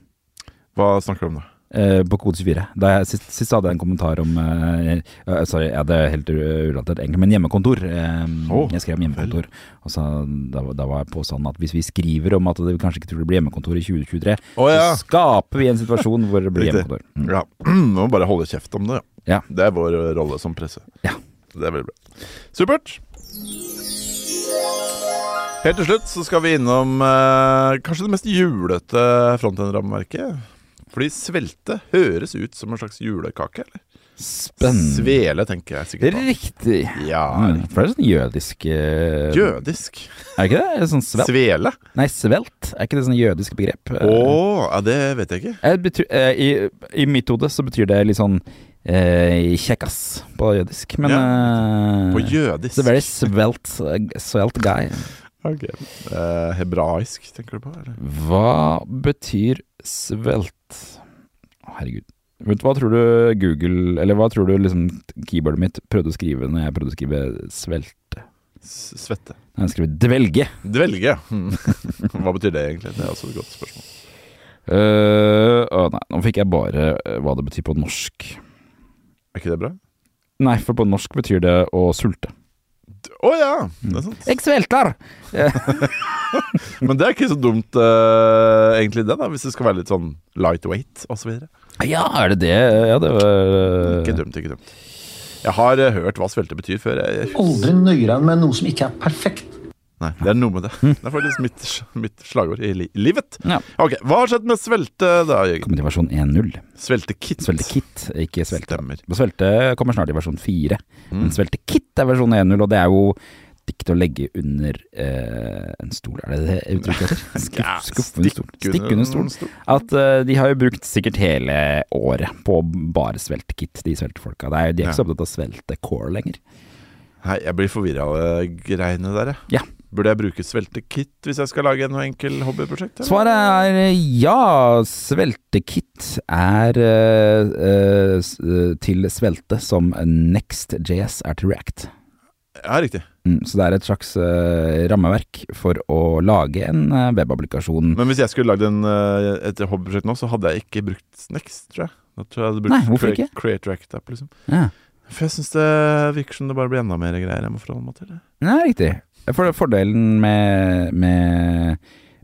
Speaker 1: Hva snakker du om, da?
Speaker 2: eh, På kode 24. Da jeg, sist, sist hadde jeg en kommentar om eh, eh, Sorry, ja, det er helt u- urelatert, egentlig, men hjemmekontor. eh,
Speaker 1: Å,
Speaker 2: jeg skrev om hjemmekontor. Og så, da, var- da var jeg påstanden at hvis vi skriver om at det kanskje ikke tror det blir hjemmekontor i 2023,
Speaker 1: Å, ja.
Speaker 2: så skaper vi en situasjon hvor det blir
Speaker 1: Riktig.
Speaker 2: hjemmekontor. Mm.
Speaker 1: Ja, Må bare holde kjeft om det.
Speaker 2: Ja.
Speaker 1: Det er vår eh, rolle som presse.
Speaker 2: Ja.
Speaker 1: Det er veldig bra. Supert. Helt til slutt så skal vi innom eh, kanskje det mest julete frontend-rammeverket. Fordi svelte høres ut som en slags julekake, eller?
Speaker 2: Spennende.
Speaker 1: Svele, tenker jeg sikkert på.
Speaker 2: Riktig.
Speaker 1: Ja,
Speaker 2: Mm, for det er sånn jødisk eh,
Speaker 1: jødisk.
Speaker 2: Er ikke det? Er det Sånn svelt?
Speaker 1: Svele?
Speaker 2: Nei, svelt. Er ikke det sånn jødisk begrep?
Speaker 1: Å, ja, det vet jeg ikke.
Speaker 2: Eh, betyr, eh, i, I mitt hode så betyr det litt sånn eh, kjekkas på jødisk, men
Speaker 1: Ja, På
Speaker 2: eh,
Speaker 1: jødisk.
Speaker 2: It's a very svelt, svelt guy.
Speaker 1: Ok. Eh, hebraisk, tenker du på? Eller?
Speaker 2: Hva betyr svelt? Å, Herregud. Vet du, hva tror du Google Eller hva tror du liksom keyboardet mitt prøvde å skrive når jeg prøvde å skrive svelte?
Speaker 1: S svette.
Speaker 2: Nei, Jeg skrev dvelge.
Speaker 1: Dvelge. Hmm.
Speaker 2: Mm.
Speaker 1: Hva betyr det egentlig? Det er også et godt spørsmål.
Speaker 2: Øh, å nei, nå fikk jeg bare øh, hva det betyr på norsk.
Speaker 1: Er ikke det bra?
Speaker 2: Nei, for på norsk betyr det å sulte.
Speaker 1: Å ja! Det er sant.
Speaker 2: Jeg svelter!
Speaker 1: Men det er ikke så dumt, eh, egentlig, det, da, hvis det skal være litt sånn lightweight osv.
Speaker 2: Ja, er det det? Ja, det var øh,
Speaker 1: Ikke dumt, ikke dumt. Jeg har eh, hørt hva svelte betyr før. Jeg,
Speaker 5: Aldri nøyer deg med noe som ikke er perfekt.
Speaker 1: nei, det er noe med det.
Speaker 2: Mm.
Speaker 1: Det er faktisk mitt, sl- mitt slagord i li livet.
Speaker 2: Ja.
Speaker 1: Ok, Hva har skjedd med svelte, da, Jørgen?
Speaker 2: Kommer til versjon 1.0.
Speaker 1: Sveltekit.
Speaker 2: Sveltekit, ikke svelte.
Speaker 1: Stemmer.
Speaker 2: Svelte kommer snart i versjon 4. Men
Speaker 1: Mm.
Speaker 2: sveltekit er versjon 1.0, og det er jo dikt å legge under eh, en stol. Er det det uttrykket heter?
Speaker 1: Ja,
Speaker 2: Skuff, skuffe under stol.
Speaker 1: stikk
Speaker 2: Stikk under stol. At eh, de har jo brukt sikkert hele året på bare sveltekit, de sveltefolka. Det er, jo- de er ikke så opptatt av sveltecore lenger.
Speaker 1: Nei, jeg blir forvirra av de greiene der, jeg.
Speaker 2: Ja.
Speaker 1: Burde jeg bruke sveltekit hvis jeg skal lage noe enkel hobbyprosjekt? eller?
Speaker 2: Svaret er eh, ja. Sveltekit er eh, eh, s- eh, til svelte som Next.js er til React.
Speaker 1: Ja, riktig.
Speaker 2: Mm, så det er et slags eh, rammeverk for å lage en eh, webapplikasjon.
Speaker 1: Men hvis jeg skulle lagd en, eh, et hobbyprosjekt nå, så hadde jeg ikke brukt Next, tror jeg. Da tror jeg jeg hadde brukt
Speaker 2: Nei, hvorfor
Speaker 1: Crea-
Speaker 2: ikke?
Speaker 1: Create React App, liksom.
Speaker 2: Ja.
Speaker 1: For jeg syns det virker som det bare blir enda mer greier jeg må forholde meg til. det.
Speaker 2: Nei, riktig. For, fordelen med, med,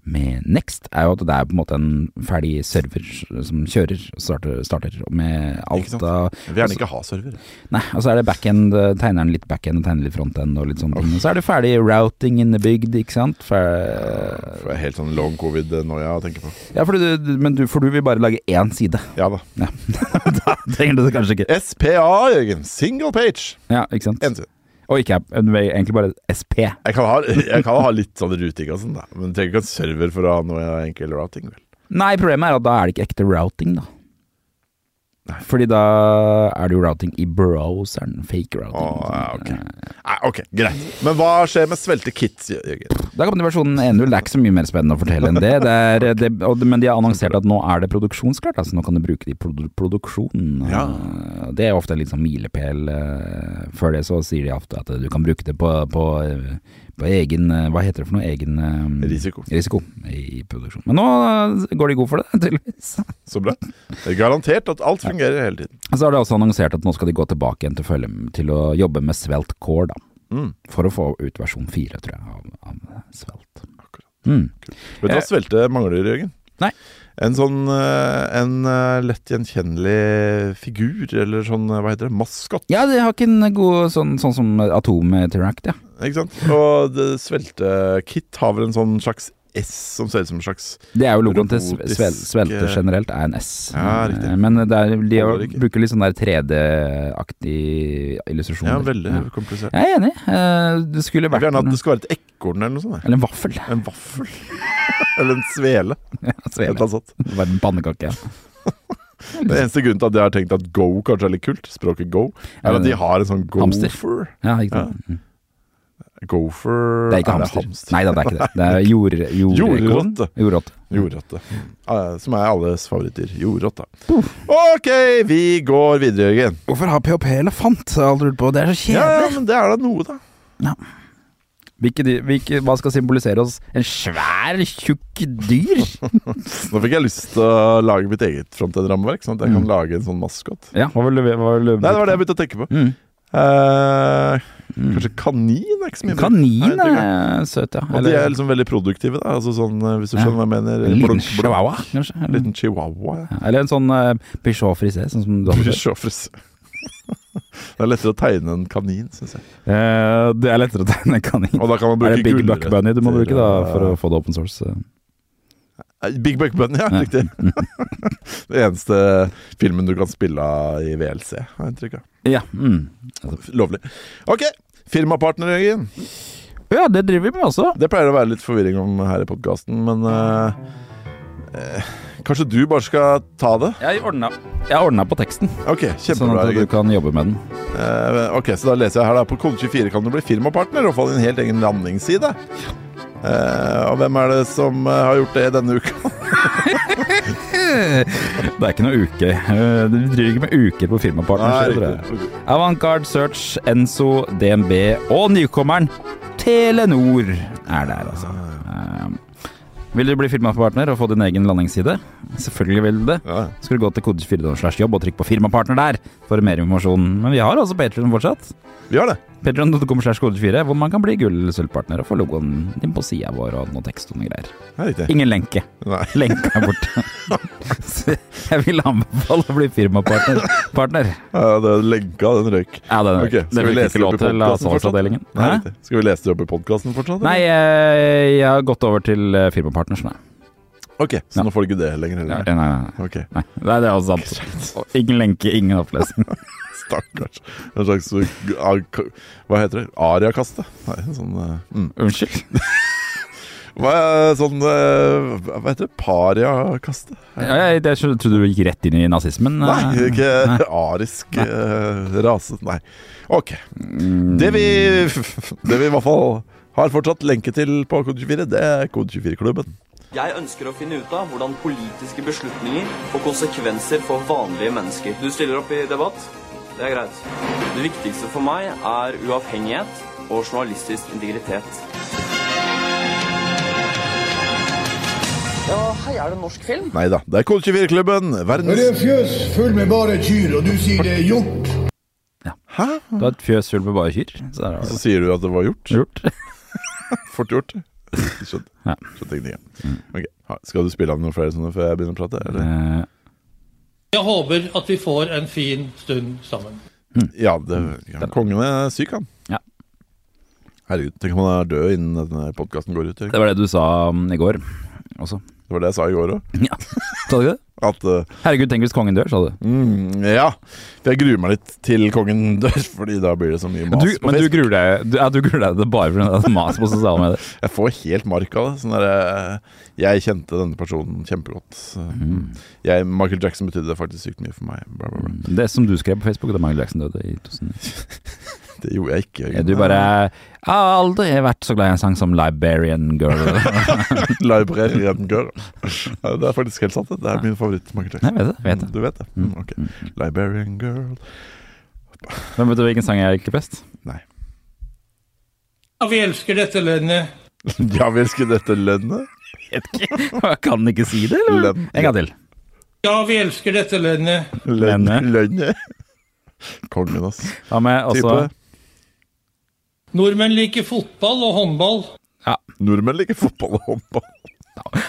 Speaker 2: med Next er jo at det er på en måte en ferdig server som kjører og starter, starter med
Speaker 1: Ikke sant?
Speaker 2: alt eh, altså- av
Speaker 1: Jeg vil gjerne ikke ha server.
Speaker 2: Nei, og så er det backend, eh, tegner den litt backend og tegner litt frontend og litt sånne ting. Og så er det ferdig routing innebygd, ikke sant. For,
Speaker 1: For jeg er helt sånn long covid-noia å tenke på.
Speaker 2: ja, for du, du- men du, for du vil bare lage én side.
Speaker 1: Ja da.
Speaker 2: Ja. da trenger du det kanskje ikke.
Speaker 1: SPA, Jørgen. Single page.
Speaker 2: Ja, ikke sant.
Speaker 1: En side.
Speaker 2: Og ikke app, men egentlig bare SP.
Speaker 1: Jeg kan, ha, jeg kan ha litt sånn ruting og sånn, da. Men du trenger ikke en server for å ha noe enkel routing, vel.
Speaker 2: Nei, problemet er at da er det ikke ekte routing, da. Fordi da er det jo routing i browseren. Fake routing.
Speaker 1: Å, ja, ok. Nei, ok, Greit. Men hva skjer med sveltekit, Jørgen?
Speaker 2: Da kom det versjonen 1.0. Det er ikke så mye mer spennende å fortelle enn det. det, er, det og, men de har annonsert at nå er det produksjonsklart. Altså nå kan du bruke det i produ produksjonen.
Speaker 1: Ja.
Speaker 2: Det er ofte en litt sånn milepæl. eh, Før det så sier de ofte at du kan bruke det på, på, eh, på egen eh, Hva heter det for noe? Egen eh,
Speaker 1: Risiko.
Speaker 2: risiko i produksjon. Men nå eh, går de god for det, tydeligvis.
Speaker 1: Så bra. Det er garantert at alt fungerer hele tiden.
Speaker 2: Så har de også annonsert at nå skal de gå tilbake igjen til, å følge, til å jobbe med Svelt Core, da.
Speaker 1: Mm.
Speaker 2: For å få ut versjon fire, tror jeg, av, av Svelt.
Speaker 1: Akkurat.
Speaker 2: Mm.
Speaker 1: Vet du hva svelte mangler, Jørgen?
Speaker 2: Nei.
Speaker 1: En sånn eh, en eh, lett gjenkjennelig figur, eller sånn eh, hva heter det, maskott.
Speaker 2: Ja, de har ikke en god sånn, sånn som Atom Interact, ja.
Speaker 1: Ikke sant? Og det sveltekit har vel en sånn slags S som ser ut som en slags
Speaker 2: Det er jo logoen til sve-
Speaker 1: Robotisk,
Speaker 2: svel, Svelte
Speaker 1: eh,
Speaker 2: generelt, er en S.
Speaker 1: Ja, riktig.
Speaker 2: Eh, Men det er, de har,
Speaker 1: Holder ikke.
Speaker 2: bruker litt sånn der 3D-aktig illustrasjoner.
Speaker 1: Ja, veldig
Speaker 2: Ja.
Speaker 1: komplisert.
Speaker 2: Jeg er enig. Eh, Det skulle
Speaker 1: Jeg vil
Speaker 2: vært
Speaker 1: gjerne at
Speaker 2: en,
Speaker 1: det skal være et ekorn eller noe sånt. jeg.
Speaker 2: Eller en vaffel.
Speaker 1: En vaffel. eller en svele.
Speaker 2: Altså,
Speaker 1: Et
Speaker 2: jeg
Speaker 1: eller
Speaker 2: vet.
Speaker 1: annet sånt.
Speaker 2: Det var en pannekake. ja.
Speaker 1: Den eneste grunnen til at jeg har tenkt at go kanskje er litt kult, språket go, er at de har en sånn
Speaker 2: Eh, Hamster.
Speaker 1: gopher.
Speaker 2: Ja, ikke sant.
Speaker 1: Gopher
Speaker 2: Det er ikke hamster. Nei da, det er ikke det. Det er jord, jord,
Speaker 1: Jordrotte.
Speaker 2: Jordrotte.
Speaker 1: Jordrotte. Eh, Som er alles favorittdyr. Jordrotte. Ok, vi går videre, Jørgen.
Speaker 2: Hvorfor har PHP elefant? Jeg har aldri lurt på. Det er så
Speaker 1: Ja, men det er da noe, da.
Speaker 2: Hvilke, dyr- hvilke, hva skal symbolisere oss? En svær, tjukk dyr?
Speaker 1: Nå fikk jeg lyst til å lage mitt eget frontend-rammeverk, sånn at
Speaker 2: Mm.
Speaker 1: jeg kan lage en sånn maskot.
Speaker 2: Ja, hva vil du hva vil du-
Speaker 1: Nei, det var det jeg begynte å tenke på.
Speaker 2: Mm.
Speaker 1: Eh, kanskje kanin er ikke så mye
Speaker 2: Kanin
Speaker 1: Nei, det tror jeg.
Speaker 2: er søt, ja.
Speaker 1: Og de er liksom veldig produktive, da. Altså sånn, eh, hvis du
Speaker 2: Ja.
Speaker 1: skjønner hva jeg mener.
Speaker 2: en liten
Speaker 1: Blunk, blunk.
Speaker 2: chihuahua, kanskje? Eller,
Speaker 1: Liten chihuahua. ja.
Speaker 2: ja, eller en sånn uh, Peugeot frisé, sånn som du hadde før.
Speaker 1: Pysj og frisør. Det er lettere å tegne en kanin, syns jeg.
Speaker 2: Eh, det er lettere å tegne en kanin.
Speaker 1: Og da kan man
Speaker 2: Er det
Speaker 1: bruke
Speaker 2: Big Buck
Speaker 1: gulrøtter
Speaker 2: Bunny du må bruke da,
Speaker 1: og-
Speaker 2: for å få det open source?
Speaker 1: Eh, Big Buck Bunny, ja. Riktig. det eneste filmen du kan spille av i VLC, har jeg inntrykk av.
Speaker 2: Ja, mm.
Speaker 1: Lovlig. Ok, firmapartner, Jørgen.
Speaker 2: ja, det driver vi med også.
Speaker 1: Det pleier å være litt forvirring om her i podkasten, men eh, eh, Kanskje du bare skal ta det?
Speaker 2: Jeg ordna- jeg har ordna på teksten,
Speaker 1: Ok,
Speaker 2: sånn
Speaker 1: kjempebra.
Speaker 2: at du
Speaker 1: Jørgen.
Speaker 2: kan jobbe med den.
Speaker 1: Eh, ok, så da leser jeg her da På kode 24 kan du bli firmapartner og få din helt egen landingsside Eh, og hvem er det som eh, har gjort det denne uka?
Speaker 2: Det er ikke noe uke. Eh, Du driver ikke med uker på firmapartner.
Speaker 1: Nei,
Speaker 2: skjønner du. Avantgarde Search, Enso, DNB og nykommeren Telenor er der, altså. Eh, Vil du bli firmapartner og få din egen landingsside? Selvfølgelig vil du det.
Speaker 1: Ja.
Speaker 2: Skal du gå til kode 24 slash jobb og trykk på firmapartner der for mer informasjon. Men vi har altså Patreon fortsatt.
Speaker 1: Vi har det.
Speaker 2: Patreon.com slash kode 24, hvor man kan bli gull- eller sølvpartner og få logoen din på sida vår og noe tekst og noe greier.
Speaker 1: Det er riktig.
Speaker 2: Ingen lenke.
Speaker 1: Nei.
Speaker 2: Lenka er borte. Så Jeg vil anbefale å bli firmapartner. Partner.
Speaker 1: Ja, det er lenka, den røyk.
Speaker 2: Ja, den er
Speaker 1: Ok, skal
Speaker 2: det
Speaker 1: vi
Speaker 2: fikk
Speaker 1: lese
Speaker 2: ikke
Speaker 1: det opp i
Speaker 2: lov til av
Speaker 1: podcasten fortsatt?
Speaker 2: salgsavdelingen.
Speaker 1: Nei,
Speaker 2: Hæ?
Speaker 1: riktig. Skal vi lese det opp i podkasten fortsatt?
Speaker 2: Nei,
Speaker 1: eller?
Speaker 2: eh, jeg har gått over til eh, firmapartners, nei.
Speaker 1: Ok, så
Speaker 2: Ja.
Speaker 1: nå får du ikke det lenger
Speaker 2: Nei,
Speaker 1: heller?
Speaker 2: nei, nei.
Speaker 1: Ok,
Speaker 2: nei. nei det er også sant. Og Ingen lenke, ingen opplesning.
Speaker 1: stakkars. En slags uh, Hva heter det? Ariakaste? Nei, sånn uh, mm.
Speaker 2: Unnskyld.
Speaker 1: Hva er sånn eh, Hva heter det? Pariakaste?
Speaker 2: Ja, jeg, jeg trodde du gikk rett inn i nazismen.
Speaker 1: Nei,
Speaker 2: eh.
Speaker 1: ikke arisk eh, rase. Nei. Ok. Det vi, det vi i hvert fall har fortsatt lenke til på Kode24, det er Kode24-klubben.
Speaker 6: Jeg ønsker å finne ut av hvordan politiske beslutninger får konsekvenser for vanlige mennesker. Du stiller opp i debatt. Det er greit. Det viktigste for meg er uavhengighet og journalistisk integritet.
Speaker 7: Ja, hei, er det norsk film?
Speaker 1: Nei da, det er Kode24-klubben.
Speaker 8: Når det
Speaker 1: Verdens
Speaker 8: er fjøs full med bare kyr, og du sier det er hjort
Speaker 1: Hæ?
Speaker 2: Du har et fjøs fullt med bare kyr. Så der har
Speaker 1: Så sier du at det var gjort?
Speaker 2: du gjort.
Speaker 1: Fort gjort. Skjønt.
Speaker 2: Ja.
Speaker 1: Skjønt teknikken. Ok, Ha- Skal du spille av noen flere sånne før jeg begynner å prate? Eller?
Speaker 2: Eh,
Speaker 9: Jeg håper at vi får en fin stund sammen.
Speaker 1: Ja, det, ja, kongen er syk, han.
Speaker 2: Ja.
Speaker 1: Herregud, tenk om han er død innen denne podkasten går ut. Erik.
Speaker 2: Det var det du sa mm, i går også.
Speaker 1: Det var det jeg sa i går òg.
Speaker 2: Ja. Sa du ikke det?
Speaker 1: At eh,
Speaker 2: Herregud, tenk hvis kongen dør, sa du.
Speaker 1: mm, Ja. For jeg gruer meg litt til kongen dør, Fordi da blir det så mye mas.
Speaker 2: du
Speaker 1: på
Speaker 2: men du
Speaker 1: Facebook.
Speaker 2: gruer deg du, ja, du gruer deg til det bare pga. mas på sosiale medier.
Speaker 1: Jeg får helt mark av det. Sånn der, eh, jeg kjente denne personen kjempegodt. Så,
Speaker 2: Mm.
Speaker 1: jeg, Michael Jackson betydde faktisk sykt mye for meg. Bla, bla, bla.
Speaker 2: Det som du skrev på Facebook da Michael Jackson døde i 2009.
Speaker 1: Det gjorde jeg ikke.
Speaker 2: Du bare Jeg har aldri vært så glad i en sang som 'Liberian Girl'.
Speaker 1: Library and Girl. Ja, Det er faktisk helt sant. det. Det er min favoritt. Michael Jackson.
Speaker 2: Jeg vet det. jeg vet det
Speaker 1: Du vet det? Mm, ok. Liberian Girl
Speaker 2: Men vet du hvilken sang jeg liker best?
Speaker 1: Nei.
Speaker 9: Ja, vi elsker dette landet.
Speaker 2: Mm.
Speaker 1: Ja, vi elsker dette lønnet.
Speaker 2: Jeg kan ikke si det, eller?
Speaker 1: Lønn.
Speaker 2: En gang til.
Speaker 9: Ja, vi elsker dette landet.
Speaker 1: Lønn-
Speaker 2: Lønnet.
Speaker 1: Lønnet. Kongen, ass.
Speaker 2: Da med også
Speaker 1: Type.
Speaker 9: Nordmenn liker fotball og håndball.
Speaker 1: Nordmenn liker fotball og håndball.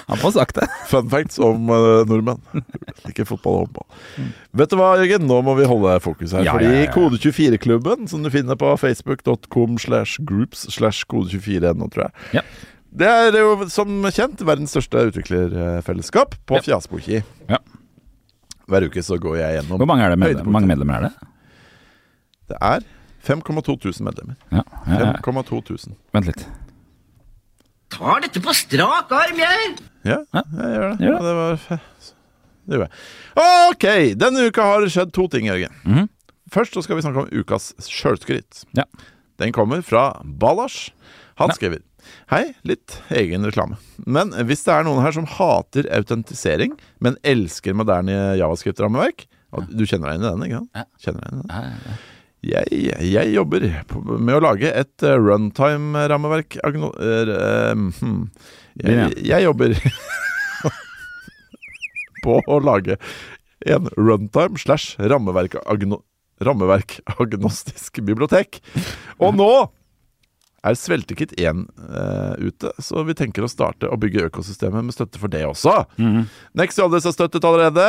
Speaker 2: Han får sagt det.
Speaker 1: Fun facts om eh, nordmenn. Liker fotball og håndball. Vet du hva, Jørgen? Nå må vi holde fokus her.
Speaker 2: Ja,
Speaker 1: fordi
Speaker 2: ja, ja, ja.
Speaker 1: Kode24-klubben, som du finner på facebook.com slash groups slash kode24.no, tror jeg.
Speaker 2: Ja.
Speaker 1: Det er jo som kjent verdens største utviklerfellesskap på
Speaker 2: Ja.
Speaker 1: Fjasboki.
Speaker 2: Ja.
Speaker 1: Hver uke så går jeg gjennom
Speaker 2: Hvor mange, er det med,
Speaker 1: høydepunkter.
Speaker 2: mange medlemmer er det?
Speaker 1: Det er 5,2 tusen medlemmer.
Speaker 2: Ja. ja, ja.
Speaker 1: 5,2 tusen.
Speaker 2: Vent litt.
Speaker 7: Tar dette på strak arm, jeg!
Speaker 1: Ja, jeg gjør det.
Speaker 2: Gjør
Speaker 1: Ja, det var Det gjorde jeg. OK! Denne uka har det skjedd to ting, Jørgen. Først så skal vi snakke om ukas sjølskryt.
Speaker 2: Ja.
Speaker 1: Den kommer fra Balash. Han skriver Hei, litt egen reklame. Men hvis det er noen her som hater autentisering, men elsker moderne javascript-rammeverk og Du kjenner deg inn i den, ikke sant? Kjenner deg inn i den? Jeg, jeg jobber på, med å lage et eh, runtime-rammeverk agno... eh, hmm. jeg, jeg jobber på å lage en runtime slash rammeverk agno... Rammeverkagnostisk bibliotek. Og nå er Sveltekit 1 eh, ute, så vi tenker å starte å bygge økosystemet med støtte for det også. Nextjs er støttet allerede.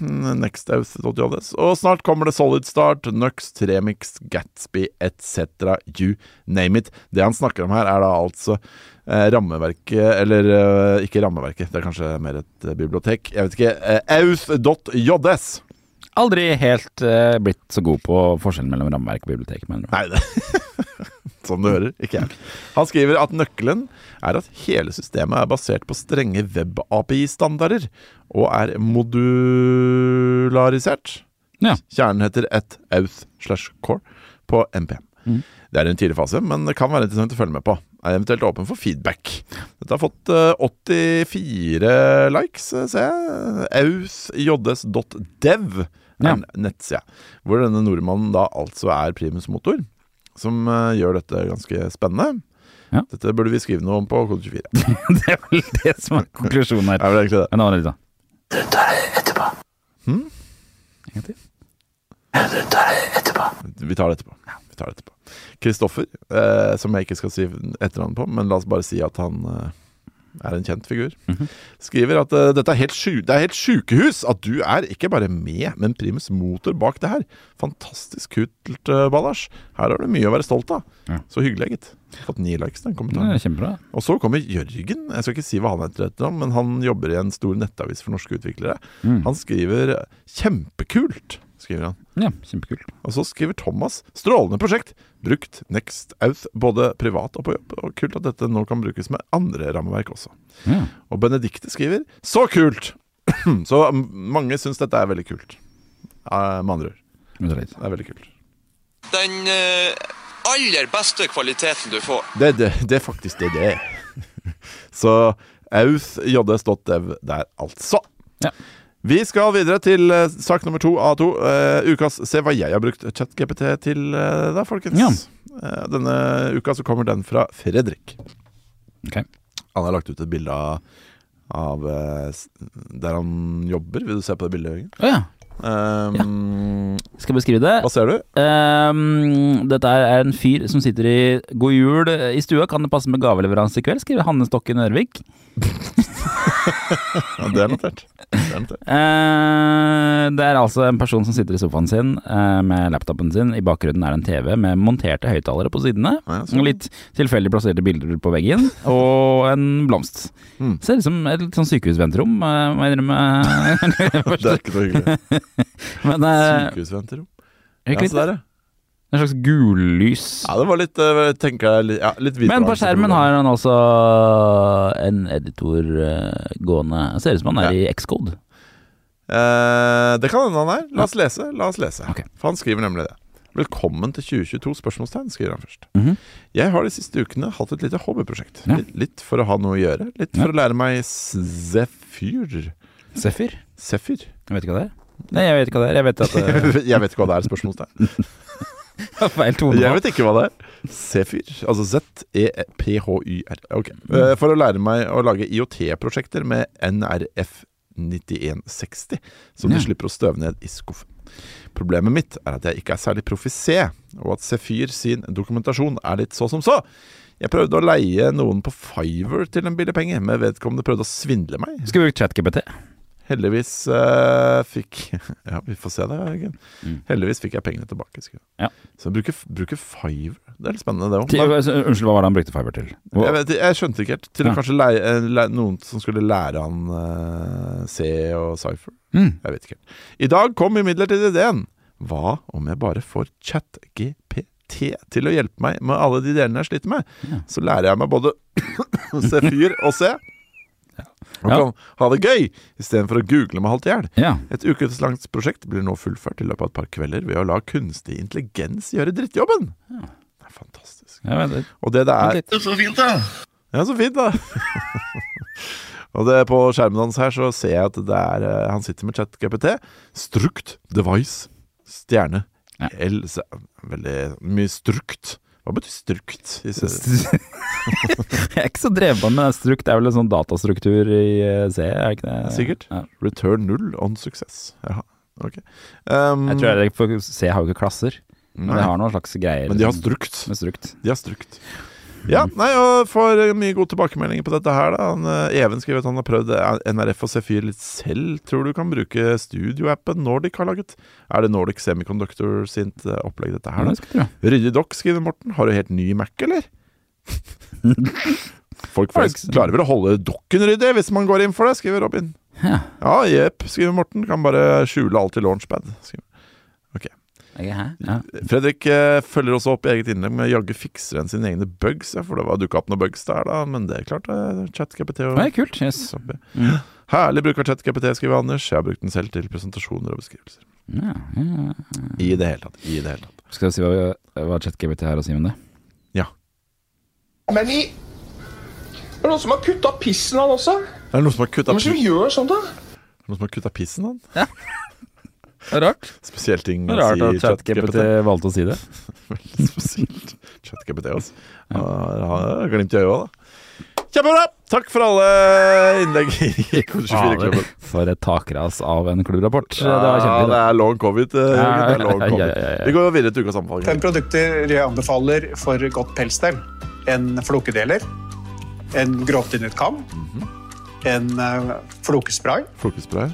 Speaker 1: Mm, Nextjs.js. Og snart kommer det Solid Start, Nux, Tremix, Gatsby etc. You name it. Det han snakker om her, er da altså eh, rammeverket Eller eh, ikke rammeverket, det er kanskje mer et eh, bibliotek. Jeg vet ikke. Eh, Auth.js.
Speaker 2: Aldri helt eh, blitt så god på forskjellen mellom rammeverk og bibliotek, mener du.
Speaker 1: Nei, det Som du hører, ikke jeg. Han skriver at nøkkelen er at hele systemet er basert på strenge web-API-standarder og er modularisert.
Speaker 2: Ja.
Speaker 1: Kjernen heter et auth slash core på MPM. Det er en tidlig fase, men det kan være interessant å følge med på. er eventuelt åpen for feedback. Dette har fått eh, 84 likes, eh, ser jeg. ausjds.dev er
Speaker 2: Ja.
Speaker 1: en nettside. Hvor denne nordmannen da altså er primusmotor, som eh, gjør dette ganske spennende.
Speaker 2: Ja.
Speaker 1: Dette burde vi skrive noe om på kode 24.
Speaker 2: det er vel det som er konklusjonen her.
Speaker 1: Er vel egentlig det.
Speaker 2: Men nå er det litt sånn. Hm?
Speaker 1: Vi tar det etterpå. Vi tar det etterpå. Kristoffer, eh, som jeg ikke skal si etternavnet på, men la oss bare si at han eh, er en kjent figur, skriver at eh, dette er helt, sju, det er helt sjukehus at du er ikke bare med, men primus motor bak det her. Fantastisk kult, eh, Ballasj. Her har du mye å være stolt av.
Speaker 2: Ja.
Speaker 1: Så hyggelig, gitt. Fått ni likes, den kommentaren.
Speaker 2: Det er Kjempebra.
Speaker 1: Og så kommer Jørgen. Jeg skal ikke si hva han heter, etter ham, men han jobber i en stor nettavis for norske utviklere. Han skriver 'kjempekult'. skriver han.
Speaker 2: Ja, kjempekult.
Speaker 1: Og så skriver Thomas 'strålende prosjekt'. Brukt Next Out både privat og på jobb. Og kult at dette nå kan brukes med andre rammeverk også.
Speaker 2: Ja.
Speaker 1: Og Benedikte skriver 'så kult'! så m- mange syns dette er veldig kult. Eh, Med andre ord.
Speaker 2: Det er litt.
Speaker 1: Det er veldig kult.
Speaker 4: Den eh, aller beste kvaliteten du får.
Speaker 1: Det, er det, det er faktisk det det er. Så ausjds.dev der, altså.
Speaker 2: Ja.
Speaker 1: Vi skal videre til eh, sak nummer to av to. Eh, ukas Se hva jeg har brukt ChatGPT til eh, da, folkens.
Speaker 2: Ja.
Speaker 1: Eh, denne uka så kommer den fra Fredrik.
Speaker 2: Ok.
Speaker 1: Han har lagt ut et bilde av, av eh, s- der han jobber. Vil du se på det bildet, Jørgen?
Speaker 2: Å ja.
Speaker 1: Ehm,
Speaker 2: Skal jeg beskrive det.
Speaker 1: Hva ser du?
Speaker 2: Ehm, dette er en fyr som sitter i God jul eh, i stua. Kan det passe med gaveleveranse i kveld? Skriver Hanne Stokken Ørvik.
Speaker 1: Ja, det er notert. Det er notert.
Speaker 2: Eh, det er altså en person som sitter i sofaen sin eh, med laptopen sin. I bakgrunnen er det en TV med monterte høyttalere på sidene.
Speaker 1: Ja, sånn. jeg ser
Speaker 2: og litt tilfeldig plasserte bilder på veggen. Og en blomst.
Speaker 1: Mm.
Speaker 2: Ser ut som et litt sånn sykehusventerom, eh, må jeg innrømme.
Speaker 1: Det er ikke noe hyggelig.
Speaker 2: Men eh,
Speaker 1: Sykehusventerom.
Speaker 2: ikke
Speaker 1: Ja,
Speaker 2: litt,
Speaker 1: se der, ja.
Speaker 2: en slags gullys.
Speaker 1: Ja, det var litt, eh, tenker jeg, litt- ja, litt
Speaker 2: Men på skjermen har han altså en editor eh, gående. Ser ut som han er i Xcode.
Speaker 1: Eh, Det kan hende han er. La oss lese. La oss lese.
Speaker 2: Ok.
Speaker 1: For han skriver nemlig det. Velkommen til 2022, spørsmålstegn, skriver han først.
Speaker 2: Mhm.
Speaker 1: Jeg har de siste ukene hatt et lite hobbyprosjekt.
Speaker 2: Ja.
Speaker 1: Litt, litt for å ha noe å gjøre. Litt for å lære meg sefyr.
Speaker 2: Sefyr?
Speaker 1: Sefyr?
Speaker 2: Jeg vet ikke hva det er. Nei, jeg vet ikke hva det er. Jeg vet at det
Speaker 1: Eh, Jeg vet ikke hva det er, spørsmålstegn.
Speaker 2: er feil tone.
Speaker 1: Jeg vet ikke hva det er. Sefyr. Altså Z-E-P-H-Y-R. Ok.
Speaker 2: Mm.
Speaker 1: Eh, For å lære meg å lage IOT-prosjekter med NRF 9160, så de
Speaker 2: Ja.
Speaker 1: slipper å støve ned i skuffen. Problemet mitt er at jeg ikke er særlig proff i C, og at Sefyr sin dokumentasjon er litt så som så. Jeg prøvde å leie noen på Fiver til en billig penge, men vedkommende prøvde å svindle meg.
Speaker 2: Skal vi bruke ChatGPT?
Speaker 1: Heldigvis eh, fikk Ja, vi får se det, Jørgen. Heldigvis fikk jeg pengene tilbake. Skal.
Speaker 2: Mm. Ja.
Speaker 1: Så bruke, bruke Fiver Det er litt spennende, det
Speaker 2: Til-
Speaker 1: òg.
Speaker 2: altså, Unnskyld, hva var det han brukte fiber til? Hva-
Speaker 1: Jeg, vet, ikke, jeg skjønte ikke helt. Til å
Speaker 2: Ja.
Speaker 1: kanskje leie, eh, lære- noen som skulle lære han eh, C og Cypher.
Speaker 2: Mm.
Speaker 1: Jeg vet ikke helt. I dag kom imidlertid ideen. Hva om jeg bare får ChatGPT til å hjelpe meg med alle de delene jeg sliter med? Så lærer jeg meg både C4 og C. Og
Speaker 2: Ja.
Speaker 1: kan ha det gøy istedenfor å google meg halvt i hjel.
Speaker 2: Ja.
Speaker 1: Et ukeslangt prosjekt blir nå fullført i løpet av et par kvelder ved å la kunstig intelligens gjøre drittjobben. Det er fantastisk.
Speaker 2: Jeg vet,
Speaker 1: Og det det
Speaker 2: Vent
Speaker 1: er
Speaker 2: litt.
Speaker 1: Ja, så fint, da! og det på skjermen hans her så ser jeg at det er eh, Han sitter med ChatGPT. Strukt, device, stjerne
Speaker 2: Ja.
Speaker 1: L så- Veldig mye strukt. Hva betyr strukt? i s-
Speaker 2: Jeg er ikke så dreven med strukt. Det er vel en sånn datastruktur i eh, C? Er det ikke det?
Speaker 1: Sikkert.
Speaker 2: Ja.
Speaker 1: Return null on success. Jaha, ok. Um,
Speaker 2: Jeg tror jeg, for C har jo ikke klasser, men
Speaker 1: nei,
Speaker 2: de har noen slags greier
Speaker 1: Mm. men de har
Speaker 2: som-
Speaker 1: strukt.
Speaker 2: med strukt.
Speaker 1: De er strukt. Ja, nei, og får mye gode tilbakemeldinger på dette her, da. Han, eh, Even skriver at han har prøvd eh, NRF og C4 litt selv. Tror du kan bruke studioappen Nordic har laget? Er det Nordic Semiconductor sitt eh, opplegg, dette her,
Speaker 2: Ja,
Speaker 1: da?
Speaker 2: det skulle jeg tro.
Speaker 1: Ryddig dokk, skriver Morten. Har du helt ny Mac, eller? Folk
Speaker 2: Folk-
Speaker 1: flest klarer vel å holde dokken ryddig hvis man går inn for det, skriver Robin.
Speaker 2: Ja.
Speaker 1: Ja, jepp, skriver Morten. Kan bare skjule alt i launchpad. skriver
Speaker 2: Jeg, hæ? Ja.
Speaker 1: Fredrik eh, følger også opp i eget innlegg med å jagge fikseren sine egne bugs. ja, For det var dukka opp noen bugs der, da, men det klarte eh, ChatGPT å
Speaker 2: Det er kult. Yes.
Speaker 1: stoppe. Herlig bruk av ChatGPT, skriver Anders. Jeg har brukt den selv til presentasjoner og beskrivelser.
Speaker 2: Ja, ja.
Speaker 1: I det hele tatt. I det hele tatt.
Speaker 2: Skal vi si hva, hva ChatGPT har å si om det?
Speaker 1: Ja.
Speaker 10: Men i Er det noen som har kutta pissen han også?
Speaker 1: Det er noen som har kutta
Speaker 10: Hvem er det som
Speaker 1: pi-
Speaker 10: gjør sånt, da?
Speaker 1: noen som har kutta pissen han.
Speaker 2: Det er rart.
Speaker 1: Spesiell ting
Speaker 2: Det er rart
Speaker 1: å si
Speaker 2: at ChatGPT
Speaker 1: ChatGPT.
Speaker 2: valgte å si det.
Speaker 1: Veldig spesielt. ChatGPT, altså. Ja. Har glimt i øyet, da. Kjempebra! Takk for alle innlegg i Kode 24-klubben.
Speaker 2: For et takras av en klubbrapport. Det
Speaker 1: Ja,
Speaker 2: var
Speaker 1: det
Speaker 2: kjempebra.
Speaker 1: er long covid. eh, Jørgen. Det er long
Speaker 2: Ja, ja,
Speaker 1: covid.
Speaker 2: ja, ja, ja.
Speaker 1: Vi går videre til ukas anbefaling.
Speaker 10: produkter jeg anbefaler for godt pelsstell. En flokedeler, en gråttinnet kam, en flokespray,
Speaker 1: Folkespray.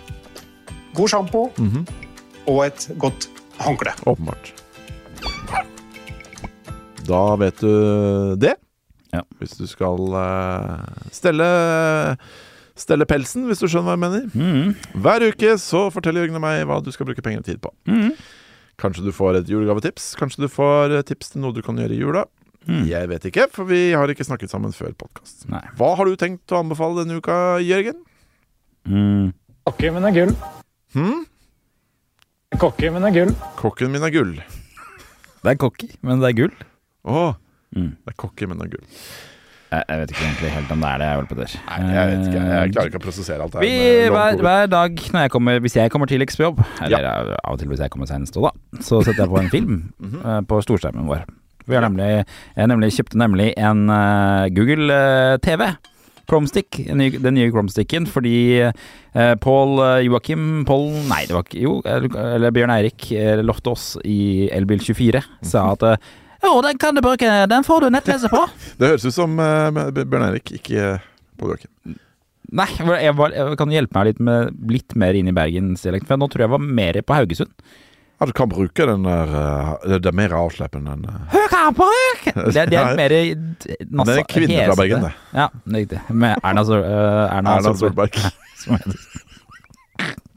Speaker 10: god sjampo og et godt håndkle.
Speaker 1: Åpenbart. Da vet du det.
Speaker 2: Ja.
Speaker 1: Hvis du skal eh, stelle Stelle pelsen, hvis du skjønner hva jeg mener.
Speaker 2: Mm-hmm.
Speaker 1: Hver uke så forteller Jørgen og meg hva du skal bruke penger og tid på.
Speaker 2: Mm-hmm.
Speaker 1: Kanskje du får et julegavetips. Kanskje du får eh, tips til noe du kan gjøre i jula. Jeg vet ikke, for vi har ikke snakket sammen før podkast.
Speaker 2: Mm. Nei.
Speaker 1: Hva har du tenkt å anbefale denne uka, Jørgen?
Speaker 2: Mm.
Speaker 10: Kokke, men er gull.
Speaker 1: Hm?
Speaker 10: Kokke, men er gull.
Speaker 1: Kokken min er gull.
Speaker 2: Det er cocky, men det er gull.
Speaker 1: Å!
Speaker 2: Mm.
Speaker 1: Det er kokken min er gull.
Speaker 2: Jeg, jeg vet ikke egentlig helt om det er det. Jeg, Petter.
Speaker 1: Nei, jeg vet ikke. Jeg klarer ikke å prosessere alt det
Speaker 2: Vi,
Speaker 1: her. eh, med long
Speaker 2: hver,
Speaker 1: covid.
Speaker 2: hver dag når jeg kommer, hvis jeg kommer tidligst på jobb, eller av og til hvis jeg kommer senest òg, da, så setter jeg på en film
Speaker 1: Mhm.
Speaker 2: eh, på storskjermen vår. Vi har nemlig, jeg nemlig kjøpte nemlig en eh, Google eh, TV. Chromestick, en ny- den nye Chromesticken, fordi eh, Pål eh, Joakim Pål Nei, det var ikke Jo, eller eller Bjørn Eirik eh, Loftaas i Elbil24
Speaker 1: Mhm.
Speaker 2: sa at eh, Jo, den kan du bruke, den får du nettleser på.
Speaker 1: Det høres ut som eh, B- Bjørn Eirik, ikke eh, Pål Joakim.
Speaker 2: Nei, hvor- jeg, var, jeg kan du hjelpe meg litt, med, litt mer inn i bergensdialekten? For nå tror jeg jeg var mer på Haugesund.
Speaker 1: Ja, du kan bruke den der eh, Det det er mer avslappende enn eh,
Speaker 2: Høkabrøk! Det, det er
Speaker 1: Nei.
Speaker 2: mer
Speaker 1: Det er en kvinne fra Bergen, det.
Speaker 2: Ja, det er riktig. Med Erna, Sol, øh, Erna,
Speaker 1: Erna
Speaker 2: Solberg.
Speaker 1: Solberg.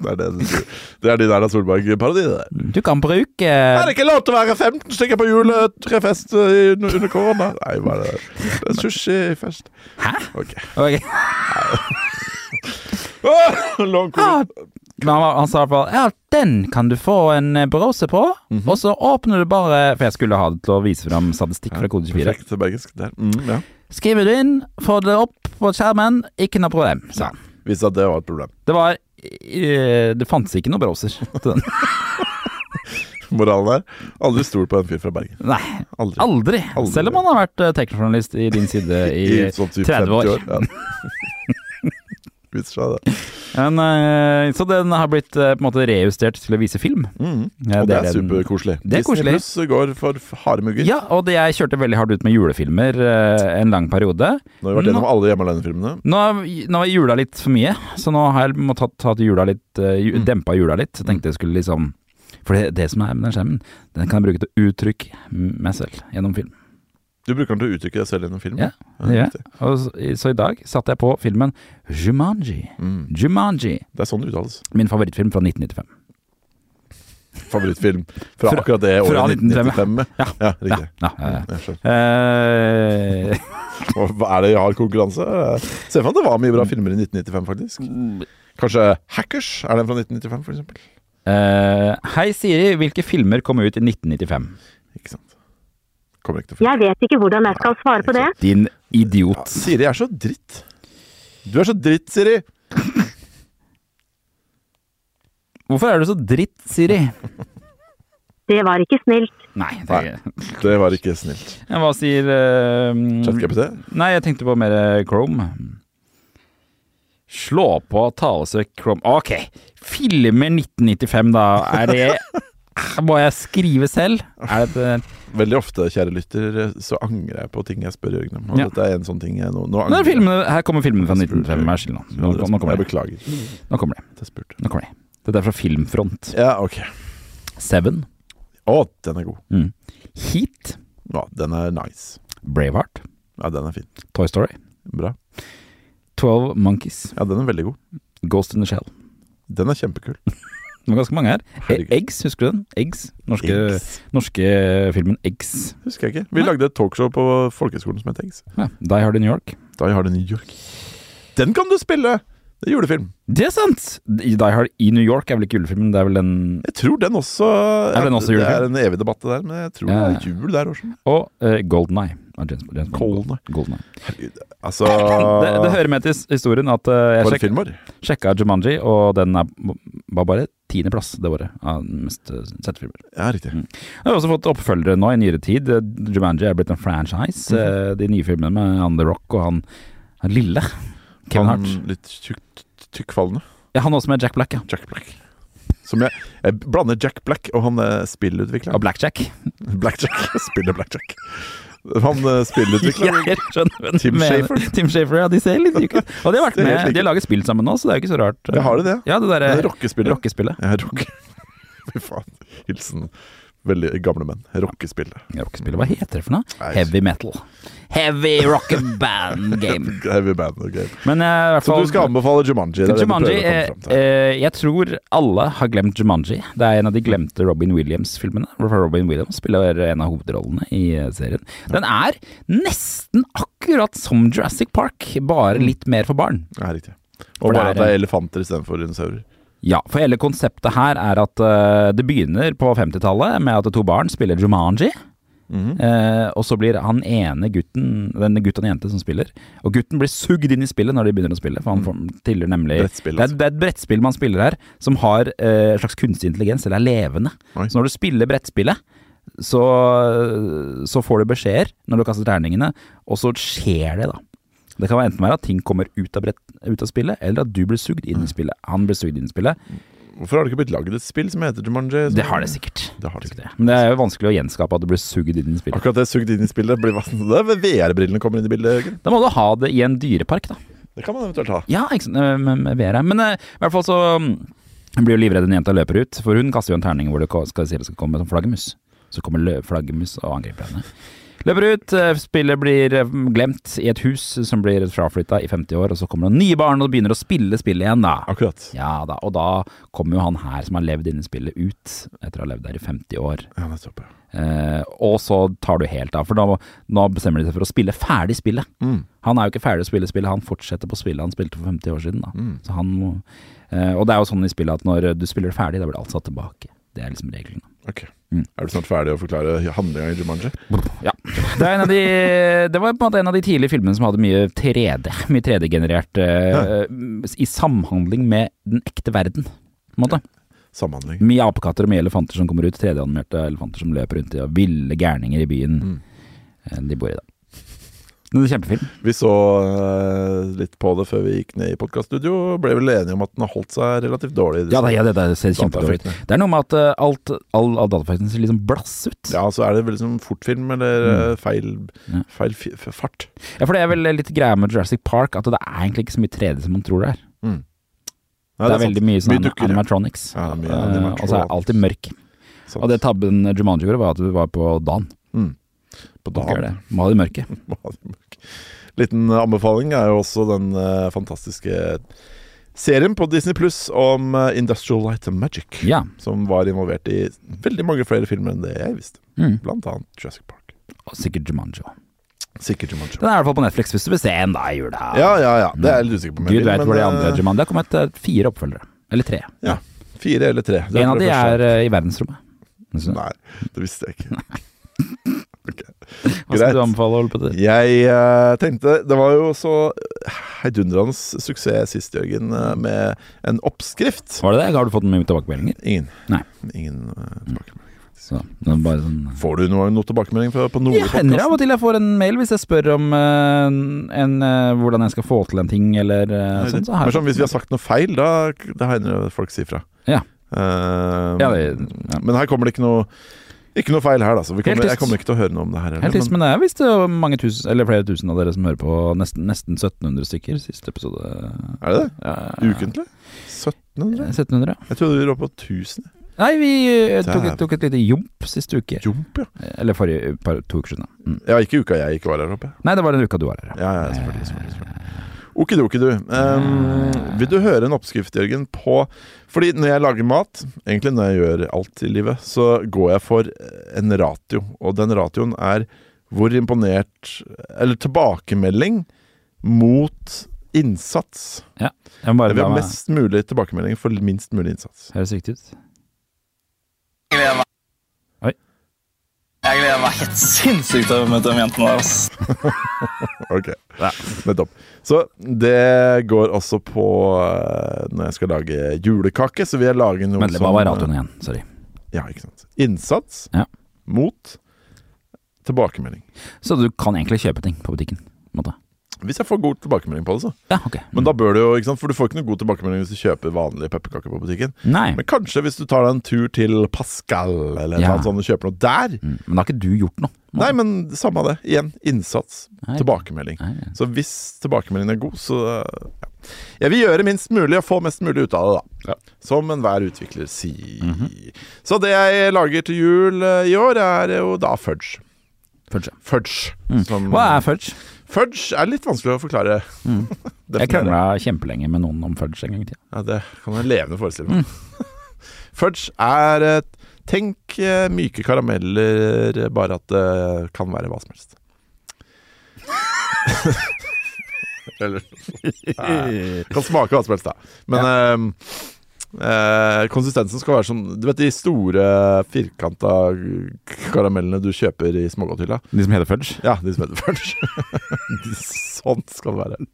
Speaker 1: Det er, det, du sier. det er din Erna Solberg-parodi, det der.
Speaker 2: Du kan bruke
Speaker 1: Er det ikke lov til å være 15 stykker på juletrefest eh, i- under korona? Nei, hva er det der? Det er sushifest.
Speaker 2: Hæ?
Speaker 1: Ok.
Speaker 2: Ok.
Speaker 1: Åh, Long
Speaker 2: Ja.
Speaker 1: covid.
Speaker 2: Men han, var- han sa i hvert fall Ja, den kan du få en eh, browser på,
Speaker 1: Mhm.
Speaker 2: og så åpner du bare For jeg skulle ha det til å vise fram statistikk fra kode 24.
Speaker 1: Perfekt bergensk. Der. Mm, ja.
Speaker 2: Skriver du inn, får det opp på skjermen, ikke noe problem, sa han.
Speaker 1: Viste at det var et problem.
Speaker 2: Det var eh, Det fantes ikke noe browser til den.
Speaker 1: Moralen er aldri stol på en fyr fra Bergen.
Speaker 2: Nei.
Speaker 1: Aldri.
Speaker 2: Aldri.
Speaker 1: Aldri.
Speaker 2: Selv om han har vært eh, teknojournalist i din side i,
Speaker 1: sånn typ
Speaker 2: 30 år.
Speaker 1: 50 Ja. Viser seg det.
Speaker 2: Men, eh, så den har blitt eh, på en måte rejustert til å vise film. Ja,
Speaker 1: Mm. Og det er
Speaker 2: den-
Speaker 1: superkoselig.
Speaker 2: Det er
Speaker 1: Disney
Speaker 2: koselig.
Speaker 1: Pluss går for f- harde mugger.
Speaker 2: Ja, og det, jeg kjørte veldig hardt ut med julefilmer eh, en lang periode.
Speaker 1: Nå har vi vært gjennom alle Hjemme alene-filmene.
Speaker 2: Nå, nå var jula litt for mye, så nå har jeg må tatt, tatt jula litt, eh, ju,
Speaker 1: Mm.
Speaker 2: dempa jula litt. Så tenkte jeg skulle liksom For det, det som er med den skjermen, den kan jeg bruke til å uttrykke meg selv gjennom film.
Speaker 1: Du bruker den til å uttrykke deg selv gjennom film.
Speaker 2: Ja, det gjør jeg. Og så, så i dag satte jeg på filmen Jumanji. Jumanji.
Speaker 1: Mm. Det er sånn det uttales.
Speaker 2: Min favorittfilm fra 1995.
Speaker 1: Favorittfilm fra,
Speaker 2: Fra-
Speaker 1: akkurat det
Speaker 2: fra
Speaker 1: året
Speaker 2: 1995.
Speaker 1: 1995.
Speaker 2: Ja.
Speaker 1: ja riktig.
Speaker 2: Ja, ja, ja.
Speaker 1: Jeg skjønner.
Speaker 2: Eh,
Speaker 1: Og Hva er det jeg har konkurranse? Se for meg at det var mye bra filmer i 1995,
Speaker 2: Mm.
Speaker 1: faktisk. Kanskje Hackers? Er den fra 1995, for eksempel?
Speaker 2: eh, hei Siri, hvilke filmer kom ut i 1995?
Speaker 1: Ikke sant. Kommer ikke til å følge.
Speaker 11: vet ikke hvordan jeg skal svare på det.
Speaker 2: Din idiot.
Speaker 1: Siri er så dritt. Du er så dritt, Siri!
Speaker 2: Hvorfor er du så dritt, Siri?
Speaker 11: Det var ikke snilt.
Speaker 2: Nei, det
Speaker 1: Nei. Det var ikke snilt.
Speaker 2: Ja, Hva sier eh, mm,
Speaker 1: ChatGPT?
Speaker 2: Nei, jeg tenkte på mer eh, Chrome. Slå på talesøk Chrome Ok, filmer 1995, da. Er det Må jeg skrive selv? Er det eh,
Speaker 1: Veldig ofte, kjære lytter, så angrer jeg på ting jeg spør Jørgen om. Og
Speaker 2: Ja.
Speaker 1: dette er en sånn ting jeg nå, nå
Speaker 2: Nå
Speaker 1: angrer
Speaker 2: er filmene, her kommer filmen fra 1995. Vær snill, nå. Nå, nå Mm. kommer
Speaker 1: Jeg
Speaker 2: det.
Speaker 1: beklager.
Speaker 2: Nå kommer det.
Speaker 1: Det spurte.
Speaker 2: Nå kommer det. Dette er fra Filmfront.
Speaker 1: Ja, ok.
Speaker 2: Seven.
Speaker 1: Å, den er god.
Speaker 2: Heat.
Speaker 1: Ja, den er nice.
Speaker 2: Braveheart.
Speaker 1: Ja, den er fin.
Speaker 2: Toy Story.
Speaker 1: Bra.
Speaker 2: Twelve Monkeys.
Speaker 1: Ja, den er veldig god.
Speaker 2: Ghost in the Shell.
Speaker 1: Den er kjempekul.
Speaker 2: Det var ganske mange her. E-
Speaker 1: Herregud.
Speaker 2: Eggs, husker du den? Eggs. Norske,
Speaker 1: Eggs.
Speaker 2: norske filmen Eggs.
Speaker 1: Husker jeg ikke. Vi lagde et talkshow på folkehøgskolen som het Eggs.
Speaker 2: Ja. Die Hard in New York.
Speaker 1: Da har det New York. Den kan du spille! Det er julefilm.
Speaker 2: Det er sant! Die Hard i New York er vel ikke julefilmen, det er vel den
Speaker 1: Jeg tror den også
Speaker 2: Er den også
Speaker 1: Det
Speaker 2: julefilm?
Speaker 1: er en evig debatt, det der, men jeg tror
Speaker 2: Ja,
Speaker 1: det er jul der også.
Speaker 2: Og uh, Golden Eye. Av James, James Bond.
Speaker 1: Goldeneye.
Speaker 2: Goldeneye.
Speaker 1: Altså
Speaker 2: Det, det hører med til s- historien at eh, jeg
Speaker 1: Var det
Speaker 2: sjekka,
Speaker 1: filmer?
Speaker 2: sjekka Jumanji, og den er, var bare tiendeplass det året av den mest eh, sette filmer.
Speaker 1: Ja, riktig.
Speaker 2: Jeg har også fått oppfølgere nå i nyere tid. Eh, Jumanji er blitt en
Speaker 1: Mhm.
Speaker 2: franchise. Eh, De nye filmene med han The Rock og han, han lille Kevin
Speaker 1: han
Speaker 2: Hart.
Speaker 1: litt tjukk- tykkfallende.
Speaker 2: Ja, han også med Jack Black, ja.
Speaker 1: Jack Black. Som jeg, jeg blander Jack Black og han eh, spillutvikleren.
Speaker 2: Og Blackjack.
Speaker 1: Blackjack. Spiller Blackjack. Han eh, spillutvikleren.
Speaker 2: Jeg skjønner hva du
Speaker 1: Tim
Speaker 2: mener.
Speaker 1: Schafer.
Speaker 2: Tim Schafer, ja, de ser litt like ut. Og de har, vært
Speaker 1: Ser helt
Speaker 2: med,
Speaker 1: like
Speaker 2: de har laget spill sammen nå, så det er jo ikke så rart.
Speaker 1: Ja, har de det?
Speaker 2: Ja, det
Speaker 1: Det
Speaker 2: derre
Speaker 1: er rockespillet.
Speaker 2: rockespillet.
Speaker 1: Ja, rock. Fy faen. Hilsen veldig gamle menn. Rockespillet.
Speaker 2: Ja, rockespillet. Hva heter det for noe?
Speaker 1: Nei.
Speaker 2: Heavy metal. Heavy rock and band game.
Speaker 1: Heavy band og greier.
Speaker 2: Men eh, i hvert
Speaker 1: Så
Speaker 2: fall
Speaker 1: du skal anbefale Jumanji? Det er det du
Speaker 2: Jumanji,
Speaker 1: prøver å komme
Speaker 2: eh,
Speaker 1: fram til.
Speaker 2: eh, jeg tror alle har glemt Jumanji. Det er en av de glemte Robin Williams-filmene. Hvorfor Robin Williams spiller en av hovedrollene i eh, serien. Den er nesten akkurat som Jurassic Park,
Speaker 1: Mm.
Speaker 2: bare litt mer for barn.
Speaker 1: Ja, riktig.
Speaker 2: For
Speaker 1: Og
Speaker 2: det
Speaker 1: bare
Speaker 2: er-
Speaker 1: at det er elefanter istedenfor dinosaurer.
Speaker 2: Ja, for hele konseptet her er at eh, det begynner på 50-tallet med at to barn spiller Jumanji.
Speaker 1: Mhm.
Speaker 2: Eh, og så blir han ene gutten Den gutten og jente som spiller. Og gutten blir sugd inn i spillet når de begynner å spille. For han får, tiller nemlig
Speaker 1: Mm. Brettspill,
Speaker 2: det, er,
Speaker 1: altså.
Speaker 2: det er et brettspill man spiller her, som har eh, en slags kunstig intelligens, eller er levende.
Speaker 1: Oi.
Speaker 2: Så når du spiller brettspillet, så, så får du beskjeder når du kaster terningene, og så skjer det, da. Det kan være enten være at ting kommer ut av, brett, ut av spillet, eller at du blir sugd inn i
Speaker 1: Mm.
Speaker 2: spillet. Han blir sugd inn i spillet.
Speaker 1: Hvorfor har det ikke blitt lagd et spill som heter Jumanji?
Speaker 2: Det har det sikkert.
Speaker 1: Det har det sikkert.
Speaker 2: Men det er jo vanskelig å gjenskape at du blir sugd inn i spillet.
Speaker 1: Akkurat det sugd inn i spillet blir vanskelig. Det er VR-brillene kommer inn i bildet. Jørgen.
Speaker 2: Da må du ha det i en dyrepark, da.
Speaker 1: Det kan man eventuelt ha.
Speaker 2: Ja, ikke sant. eh, Med, med VR. Men eh, i hvert fall så mm, hun blir jo livredd en jente og løper ut, for hun kaster jo en terning hvor det ko- skal, sier det skal komme som flaggermus. Så kommer lø- flaggermus og angriper henne. Løper ut, eh, spillet blir eh, glemt i et hus som blir fraflytta i 50 år, og så kommer det nye barn og begynner å spille spillet igjen, da.
Speaker 1: Akkurat.
Speaker 2: Ja da, og da kommer jo han her som har levd inne i spillet ut, etter å ha levd der i 50 år.
Speaker 1: Ja, nettopp. ja.
Speaker 2: Eh, og så tar du helt av, for nå, nå bestemmer de seg for å spille ferdig spillet. Han er jo ikke ferdig å spille spillet, han fortsetter på spillet han spilte for 50 år siden. Da. Så han må, eh, og det er jo sånn i spillet at når du spiller det ferdig, da blir alt satt tilbake. Det er liksom reglene.
Speaker 1: Ok. Er du snart ferdig å forklare handlinga i Jumanji?
Speaker 2: Ja. Det, er en av de, det var på en måte en av de tidlige filmene som hadde mye 3D. Mye 3D-generert eh, i samhandling med den ekte verden. På en måte.
Speaker 1: Samhandling.
Speaker 2: Mye apekatter og mye elefanter som kommer ut. 3D-animerte elefanter som løper rundt i og ville gærninger i byen
Speaker 1: Mm.
Speaker 2: eh, de bor i, da. Men det er en kjempefilm.
Speaker 1: Vi så eh, litt på det før vi gikk ned i podkaststudio, og ble vel enige om at den har holdt seg relativt dårlig. i det
Speaker 2: Ja, det, ja, det, det ser kjempedårlig ut.
Speaker 1: Dataeffektene.
Speaker 2: Det er noe med at eh, alt, all, all dataeffekten ser liksom blass ut.
Speaker 1: Ja, så er det vel liksom fortfilm eller
Speaker 2: Mm.
Speaker 1: eh, feil, feil fi- f- fart.
Speaker 2: Ja, for det er vel litt greia med Jurassic Park at det er egentlig ikke så mye 3D som man tror det er.
Speaker 1: Nei,
Speaker 2: det, er
Speaker 1: sant.
Speaker 2: veldig mye sånn
Speaker 1: dukker, ja.
Speaker 2: animatronics.
Speaker 1: Ja, det er mye
Speaker 2: Eh,
Speaker 1: animatronics.
Speaker 2: og så er det alltid mørk.
Speaker 1: Sant.
Speaker 2: Og det tabben Jumanji gjorde, var at du var på dagen.
Speaker 1: På
Speaker 2: Da
Speaker 1: dagen.
Speaker 2: det. Må ha det i mørket.
Speaker 1: Liten anbefaling er jo også den eh, fantastiske serien på Disney Pluss om eh, Industrial Light and Magic.
Speaker 2: Ja.
Speaker 1: Som var involvert i veldig mange flere filmer enn det jeg visste. Blant annet Jurassic Park.
Speaker 2: Mm. Og sikkert Jumanji òg.
Speaker 1: Sikkert Jumanji.
Speaker 2: Den er i hvert fall på Netflix hvis du vil se en da i jula.
Speaker 1: Ja, ja, ja. Det er jeg litt usikker på. om jeg
Speaker 2: Gud
Speaker 1: vil,
Speaker 2: veit hvor de andre
Speaker 1: eh,
Speaker 2: Jumanji Det har kommet eh, fire oppfølgere. Eller tre.
Speaker 1: Ja. Fire eller tre. Det
Speaker 2: En av
Speaker 1: det
Speaker 2: de
Speaker 1: første.
Speaker 2: er eh, i verdensrommet. Synes du?
Speaker 1: Nei, det visste jeg ikke. Ok.
Speaker 2: Hva skal du anbefale å holde på til?
Speaker 1: Jeg eh, tenkte Det var jo så heidundrende suksess sist, Jørgen, eh, med en oppskrift.
Speaker 2: Var det det? Har du fått mye tilbakemeldinger?
Speaker 1: Ingen.
Speaker 2: Nei.
Speaker 1: Ingen eh, tilbakemelding.
Speaker 2: Så, det er bare sånn
Speaker 1: Får du noe, noe tilbakemelding fra, på noe?
Speaker 2: Det hender av og til jeg får en mail hvis jeg spør om eh, en, eh, hvordan jeg skal få til en ting, eller eh, sånn. Så har
Speaker 1: Men sånn, hvis vi har sagt noe feil, da det hender det folk sier fra.
Speaker 2: Ja.
Speaker 1: Eh,
Speaker 2: Ja, det- ja.
Speaker 1: Men her kommer det ikke noe Ikke noe feil her, da. Så vi kommer,
Speaker 2: Helt tyst.
Speaker 1: jeg kommer ikke til å høre noe om det her. heller,
Speaker 2: Helt trist,
Speaker 1: men
Speaker 2: men det er visst eh, mange tusen, eller flere tusen av dere som hører på. Nesten, nesten 1700 stykker siste episode.
Speaker 1: er det det?
Speaker 2: Ja,
Speaker 1: Ukentlig? 1700?
Speaker 2: 1700 ja.
Speaker 1: Jeg trodde vi lå på 1000.
Speaker 2: Nei, vi eh, tok,
Speaker 1: Dæven.
Speaker 2: tok et lite jump siste uke.
Speaker 1: Jump, ja.
Speaker 2: Eller forrige par, to uker siden. da. Mm.
Speaker 1: Ja, ikke uka jeg ikke var her oppe.
Speaker 2: Nei, det var den uka du var her. ja.
Speaker 1: Ja, ja, selvfølgelig. selvfølgelig, selvfølgelig. Okidoki, du. Ehm, vil du høre en oppskrift, Jørgen, på Fordi når jeg lager mat, egentlig når jeg gjør alt i livet, så går jeg for en ratio. Og den ratioen er hvor imponert Eller tilbakemelding mot innsats.
Speaker 2: Ja. Jeg må
Speaker 1: Jeg
Speaker 2: bare
Speaker 1: vil
Speaker 2: la
Speaker 1: ha
Speaker 2: meg
Speaker 1: mest mulig tilbakemelding for minst mulig innsats.
Speaker 2: Høres riktig ut.
Speaker 12: Jeg gleder meg helt sinnssykt til å møte de jentene der. ass.
Speaker 1: Ok, nettopp. Så det går også på eh, Når jeg skal lage julekake, så vil jeg lage noe
Speaker 2: Men det var
Speaker 1: eh,
Speaker 2: radioen igjen. Sorry.
Speaker 1: Ja, ikke sant. Innsats mot tilbakemelding.
Speaker 2: Så du kan egentlig kjøpe ting på butikken? på en måte.
Speaker 1: Hvis jeg får god tilbakemelding på det, så.
Speaker 2: Ja, ok.
Speaker 1: Men da bør du jo, ikke sant? For du får ikke noe god tilbakemelding hvis du kjøper vanlige pepperkaker på butikken.
Speaker 2: Nei.
Speaker 1: Men kanskje hvis du tar deg en tur til Pascal eller noe
Speaker 2: Ja.
Speaker 1: annet sånt og kjøper noe der.
Speaker 2: Men da har ikke du gjort noe.
Speaker 1: Nei, men samme det. Igjen, innsats. Tilbakemelding. Så hvis tilbakemeldingen er god, så ja. Jeg vil gjøre minst mulig og få mest mulig ut av det, da. Som enhver utvikler sier.
Speaker 2: Mhm.
Speaker 1: Så det jeg lager til jul eh, i år, er jo da fudge.
Speaker 2: Fudge. Mm.
Speaker 1: Fudge. Som-
Speaker 2: Hva er fudge?
Speaker 1: Fudge er litt vanskelig å forklare.
Speaker 2: Jeg krangla kjempelenge med noen om fudge en gang i tida.
Speaker 1: Ja, det kan jeg levende forestille meg. Fudge er eh, Tenk eh, myke karameller, eh, bare at det kan være hva som helst. Eller Nei, Kan smake hva som helst, da. Men ehm, eh, eh, konsistensen skal være sånn Du vet de store firkanta karamellene du kjøper i smågodthylla?
Speaker 2: De som heter fudge?
Speaker 1: Ja, de som heter fudge. sånn skal det være.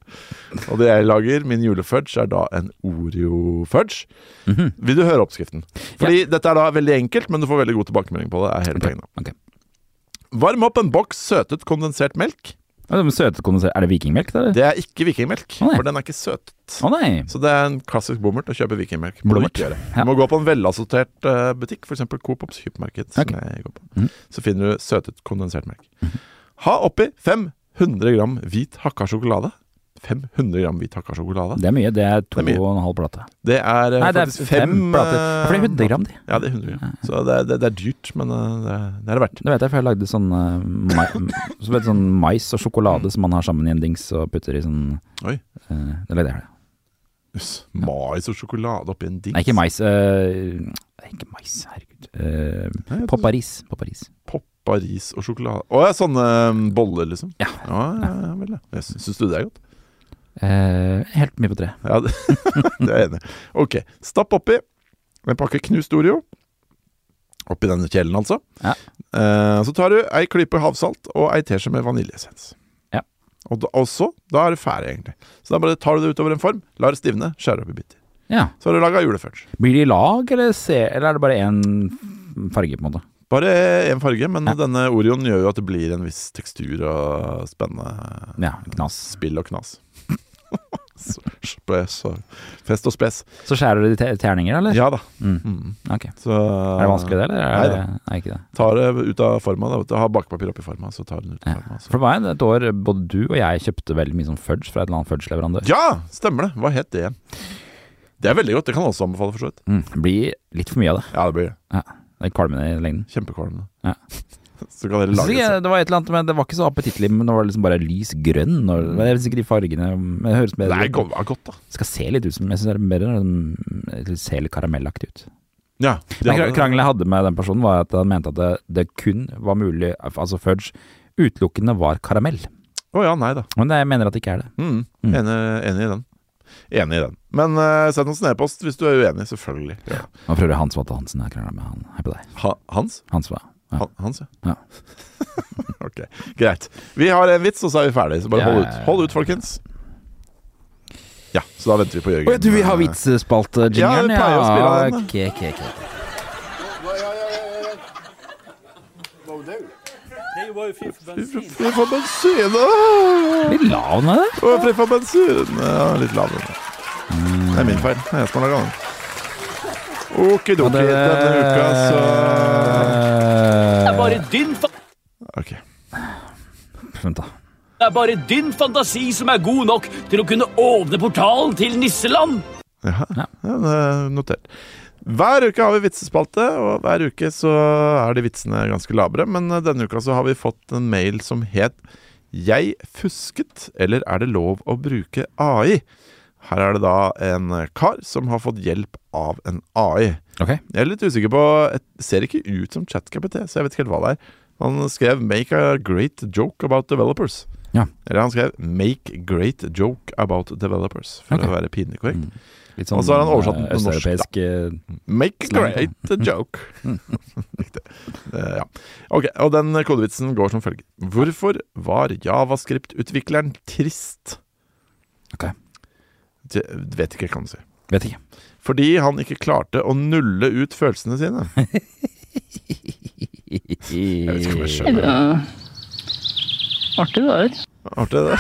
Speaker 1: Og det jeg lager, min julefudge, er da en Oreo-fudge. Vil du høre oppskriften? Fordi dette er da veldig enkelt, men du får veldig god tilbakemelding på det. er hele poenget. Varm opp en boks søtet kondensert melk.
Speaker 2: Ja, de søte kondenser- Er det vikingmelk? da, Eller?
Speaker 1: Det er ikke vikingmelk, for den er ikke søtet.
Speaker 2: Å nei.
Speaker 1: Så det er en klassisk bommert å kjøpe vikingmelk. Må
Speaker 2: Bommert,
Speaker 1: Du, ikke gjøre. du må gå på en velassortert eh, butikk, f.eks. Coop Ops Hypermarked, som jeg går på.
Speaker 2: Mhm.
Speaker 1: Så finner du søtet kondensert melk. Ha oppi 500 gram hvit hakka sjokolade. 500 gram hvit hakka sjokolade.
Speaker 2: Det er mye. Det er to
Speaker 1: mye.
Speaker 2: og en halv plate.
Speaker 1: Det er eh,
Speaker 2: Nei, det er
Speaker 1: faktisk
Speaker 2: fem
Speaker 1: fem,
Speaker 2: plater.
Speaker 1: eh,
Speaker 2: Ja, for det er 100 gram, de.
Speaker 1: Ja, det er 100 gram. Så det, er- det, det er dyrt, men eh, det, er- det er det verdt.
Speaker 2: Det vet jeg, for jeg lagde sånn, eh, mai, så vet du, sånn mais og sjokolade som man har sammen i en dings og putter i sånn
Speaker 1: Mm. Oi.
Speaker 2: eh, det lagde jeg.
Speaker 1: Jøss. Mais og sjokolade oppi en dings.
Speaker 2: Nei, ikke mais. eh, nei, ikke mais, herregud. Uh, Popparis. Popparis.
Speaker 1: Poppa ris og sjokolade Å ja, sånne eh, boller, liksom? Ja. ja, ja, vel, ja. Jeg sy- Syns du det er godt?
Speaker 2: Eh, helt mye på tre.
Speaker 1: Ja, det, det er jeg enig i. Ok. Stapp oppi en pakke knust Oreo. Oppi denne kjelen, altså. Eh, så tar du ei klype havsalt og ei teskje med vaniljeessens. Og, da, og så, da er du ferdig, egentlig. Så da bare tar du det utover en form, lar det stivne, skjærer opp i biter.
Speaker 2: Ja.
Speaker 1: Så har du laga julefudge.
Speaker 2: Blir det i lag, eller, se, eller er det bare én farge, på en måte?
Speaker 1: Bare én farge, men denne Oreoen gjør jo at det blir en viss tekstur og spennende spill og knas. Så- spes og- Fest og spes.
Speaker 2: Så skjærer du det i te- terninger, eller?
Speaker 1: Ja da.
Speaker 2: Mm.
Speaker 1: Mm.
Speaker 2: Ok.
Speaker 1: Så,
Speaker 2: Er det vanskelig, det, eller? Er
Speaker 1: Nei
Speaker 2: det-
Speaker 1: da.
Speaker 2: Nei, ikke det.
Speaker 1: Tar det ut av forma. da, vet du. Har bakepapir oppi forma, så tar den ut av forma.
Speaker 2: For det var et år både du og jeg kjøpte veldig mye sånn fudge fra et eller annet fudge-leverandør.
Speaker 1: Ja, stemmer det. Hva het det igjen? Det er veldig godt. Det kan jeg også anbefale, for så vidt.
Speaker 2: Mm, det blir litt for mye av det.
Speaker 1: Ja, det blir det.
Speaker 2: det er kvalmende i lengden.
Speaker 1: Kjempekvalmende.
Speaker 2: Ja.
Speaker 1: Så kan dere
Speaker 2: Jeg synes
Speaker 1: lage det
Speaker 2: ikke, det var et eller annet, men det var ikke så appetittlig, men det var liksom bare lys grønn. Og, men jeg synes ikke de fargene men det høres bedre
Speaker 1: Nei,
Speaker 2: ut.
Speaker 1: godt- var godt, da.
Speaker 2: Skal se litt ut som Jeg synes det er bedre når den det eh, ser litt karamellaktig ut.
Speaker 1: Ja, de
Speaker 2: Men
Speaker 1: hadde det.
Speaker 2: kra- Krangelen jeg hadde med den personen, var at han mente at det, det kun var mulig Altså fudge utelukkende var karamell.
Speaker 1: Å ja, nei da.
Speaker 2: Men det, jeg mener at det ikke er det.
Speaker 1: Mm. Enig, enig i den. Enig i den. Men eh, send oss en e-post hvis du er uenig, selvfølgelig. Ja.
Speaker 2: Nå prøver jeg Hans Watte Hansen jeg krangler med han. Hei på deg.
Speaker 1: Ha, Hans?
Speaker 2: Hans, hva? Ja.
Speaker 1: Han- Hans, ja.
Speaker 2: Ja.
Speaker 1: ok, Greit. Vi har en vits, og så er vi ferdige. Så bare
Speaker 2: Ja,
Speaker 1: hold
Speaker 2: ja,
Speaker 1: ut.
Speaker 2: ja.
Speaker 1: Hold ut, folkens. Ja, så da venter vi på Jørgen.
Speaker 2: Å, du, vi har vitsespalte
Speaker 1: Ja, vi pleier å spille den.
Speaker 2: Ok, ok, ok.
Speaker 9: Det var jo fint for bensin.
Speaker 1: Fri for bensin! åh!
Speaker 2: Litt lav den er.
Speaker 1: Å, Fri for bensin! Ja, litt lav. den er. Det er min feil. Det er jeg som har laga den.
Speaker 2: Og
Speaker 1: Okidoki.
Speaker 2: det-
Speaker 1: Denne uka, så
Speaker 13: Det
Speaker 2: Eh,
Speaker 13: er bare din fa...
Speaker 1: Ok.
Speaker 2: Vent, da.
Speaker 13: Det er bare din fantasi som er god nok til å kunne åpne portalen til nisseland.
Speaker 1: Jaha, ja, det er notert. Hver uke har vi vitsespalte, og hver uke så er de vitsene ganske labre. Men eh, denne uka så har vi fått en mail som het 'Jeg fusket, eller er det lov å bruke AI?' Her er det da en eh, kar som har fått hjelp av en AI. Jeg er litt usikker på Det ser ikke ut som ChatKPT, så jeg vet ikke helt hva det er. Han skrev 'Make a great joke about developers'.
Speaker 2: Ja.
Speaker 1: Eller han skrev 'Make great joke about developers', for
Speaker 2: Ok.
Speaker 1: å være pinlig korrekt.
Speaker 2: Litt sånn
Speaker 1: Og så har han oversatt den
Speaker 2: eh,
Speaker 1: til norsk,
Speaker 2: østeuropeisk
Speaker 1: Make
Speaker 2: slang, da.
Speaker 1: great a joke. Riktig. Eh, ja. Ok, og den kodevitsen går som følger. Hvorfor var javascript-utvikleren trist?
Speaker 2: Ok.
Speaker 1: Det vet ikke, kan du si.
Speaker 2: eh, Vet ikke.
Speaker 1: Fordi han ikke klarte å nulle ut følelsene sine. Jeg vet ikke om jeg skjønner det.
Speaker 14: Artig det der.
Speaker 1: Artig, det.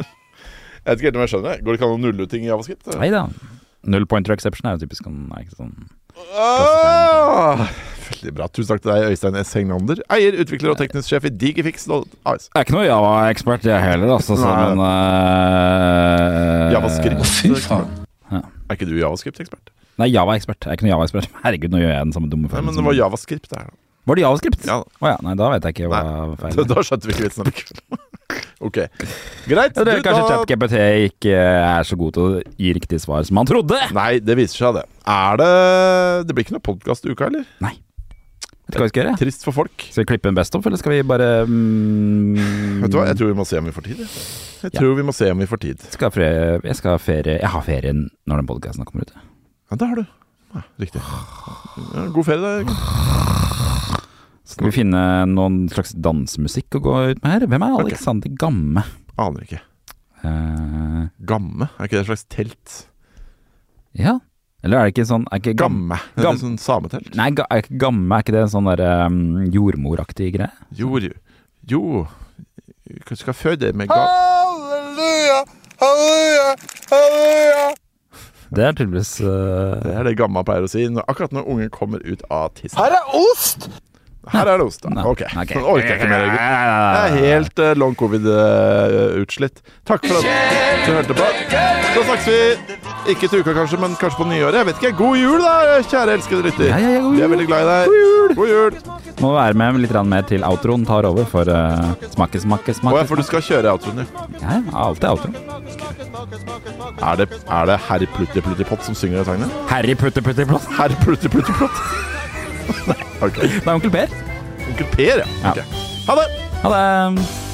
Speaker 1: Jeg vet ikke helt om jeg skjønner det. Går det ikke an å nulle ut ting i javascript? eller?
Speaker 2: Nei da. Null pointer exception er jo typisk sånn, er ikke sånn
Speaker 1: Ah, Veldig bra. Tusen takk til deg, Øystein S. Hegnander. Eier, utvikler og teknisk sjef i Digifix. AS.
Speaker 2: Jeg er ikke noe Java-ekspert jeg heller, altså, så,
Speaker 1: Nei.
Speaker 2: men eh,
Speaker 1: Javascript. Fy faen. Er ikke du javascript-ekspert?
Speaker 2: Nei, Java-ekspert. Jeg er ikke noe Java-ekspert. Herregud, nå gjør jeg den samme dumme
Speaker 1: Nei,
Speaker 2: feilen.
Speaker 1: men det var javascript, det her. da.
Speaker 2: Var det Javascript? Å ja. Nei, da vet jeg ikke hva feilen
Speaker 1: Så Da skjønte vi ikke vitsen allikevel. ok. Greit.
Speaker 2: Ja, det
Speaker 1: du,
Speaker 2: er kanskje
Speaker 1: da-
Speaker 2: ChatGPT ikke eh, er så god til å gi riktig svar som han trodde.
Speaker 1: Nei, det viser seg det. Er det Det blir ikke noe podkast i uka, eller?
Speaker 2: Nei. Vet du hva vi skal gjøre?
Speaker 1: Trist for folk.
Speaker 2: Skal vi klippe en best opp, eller skal vi bare mm,
Speaker 1: Vet du hva, jeg tror vi må se om vi får tid. jeg. Jeg
Speaker 2: Ja.
Speaker 1: tror vi må se om vi får tid.
Speaker 2: skal ha ferie, jeg skal ha ferie Jeg har ferie når den podkasten kommer ut.
Speaker 1: Ja, det har du. Ja, riktig. Ja, god ferie, da. Jørgen.
Speaker 2: Skal vi finne noen slags dansemusikk å gå ut med her? Hvem er
Speaker 1: Ok.
Speaker 2: Alexander Gamme?
Speaker 1: Aner ikke.
Speaker 2: Eh,
Speaker 1: Gamme? Er ikke det et slags telt?
Speaker 2: ja. Eller er det ikke sånn er ikke
Speaker 1: Gamme? Er det
Speaker 2: Gam-
Speaker 1: sånn sametelt?
Speaker 2: Nei, ga, er ikke gamme er ikke det en sånn der um, jordmoraktig greie?
Speaker 1: Jo, jo, jo. Du skal føde med gamme
Speaker 3: Halleluja, halleluja, halleluja.
Speaker 2: Det er tydeligvis eh,
Speaker 1: Det er det gamma pleier å si når, akkurat når ungen kommer ut av tissen.
Speaker 3: Her er ost!
Speaker 1: Her er det ost, da. Ok.
Speaker 2: ok.
Speaker 1: Nå orker jeg ikke mer. Jørgen. Jeg er helt eh, long covid-utslitt. Takk for at du hørte på. Så snakkes vi ikke til uka, kanskje, men kanskje på nyåret. Jeg vet ikke. God jul, da, kjære elskede lytter.
Speaker 2: Ja, ja, ja, god
Speaker 1: Vi
Speaker 2: jul.
Speaker 1: er veldig glad i deg. God jul! God jul.
Speaker 2: Må være med litt grann mer til outroen tar over for eh, smake, smake,
Speaker 1: Å
Speaker 2: smake.
Speaker 1: ja, for du skal kjøre outroen, ja.
Speaker 2: Ja, ja, alltid outro.
Speaker 1: Er det, er det herr Plutti Plutti Pott som synger det sangen?
Speaker 2: Harry Putter Putter Plott.
Speaker 1: Herr Plutti Plutti Pott. Nei, ok.
Speaker 2: Det er onkel Per.
Speaker 1: Onkel Per, ja. Ok. Ha det!
Speaker 2: Ha det.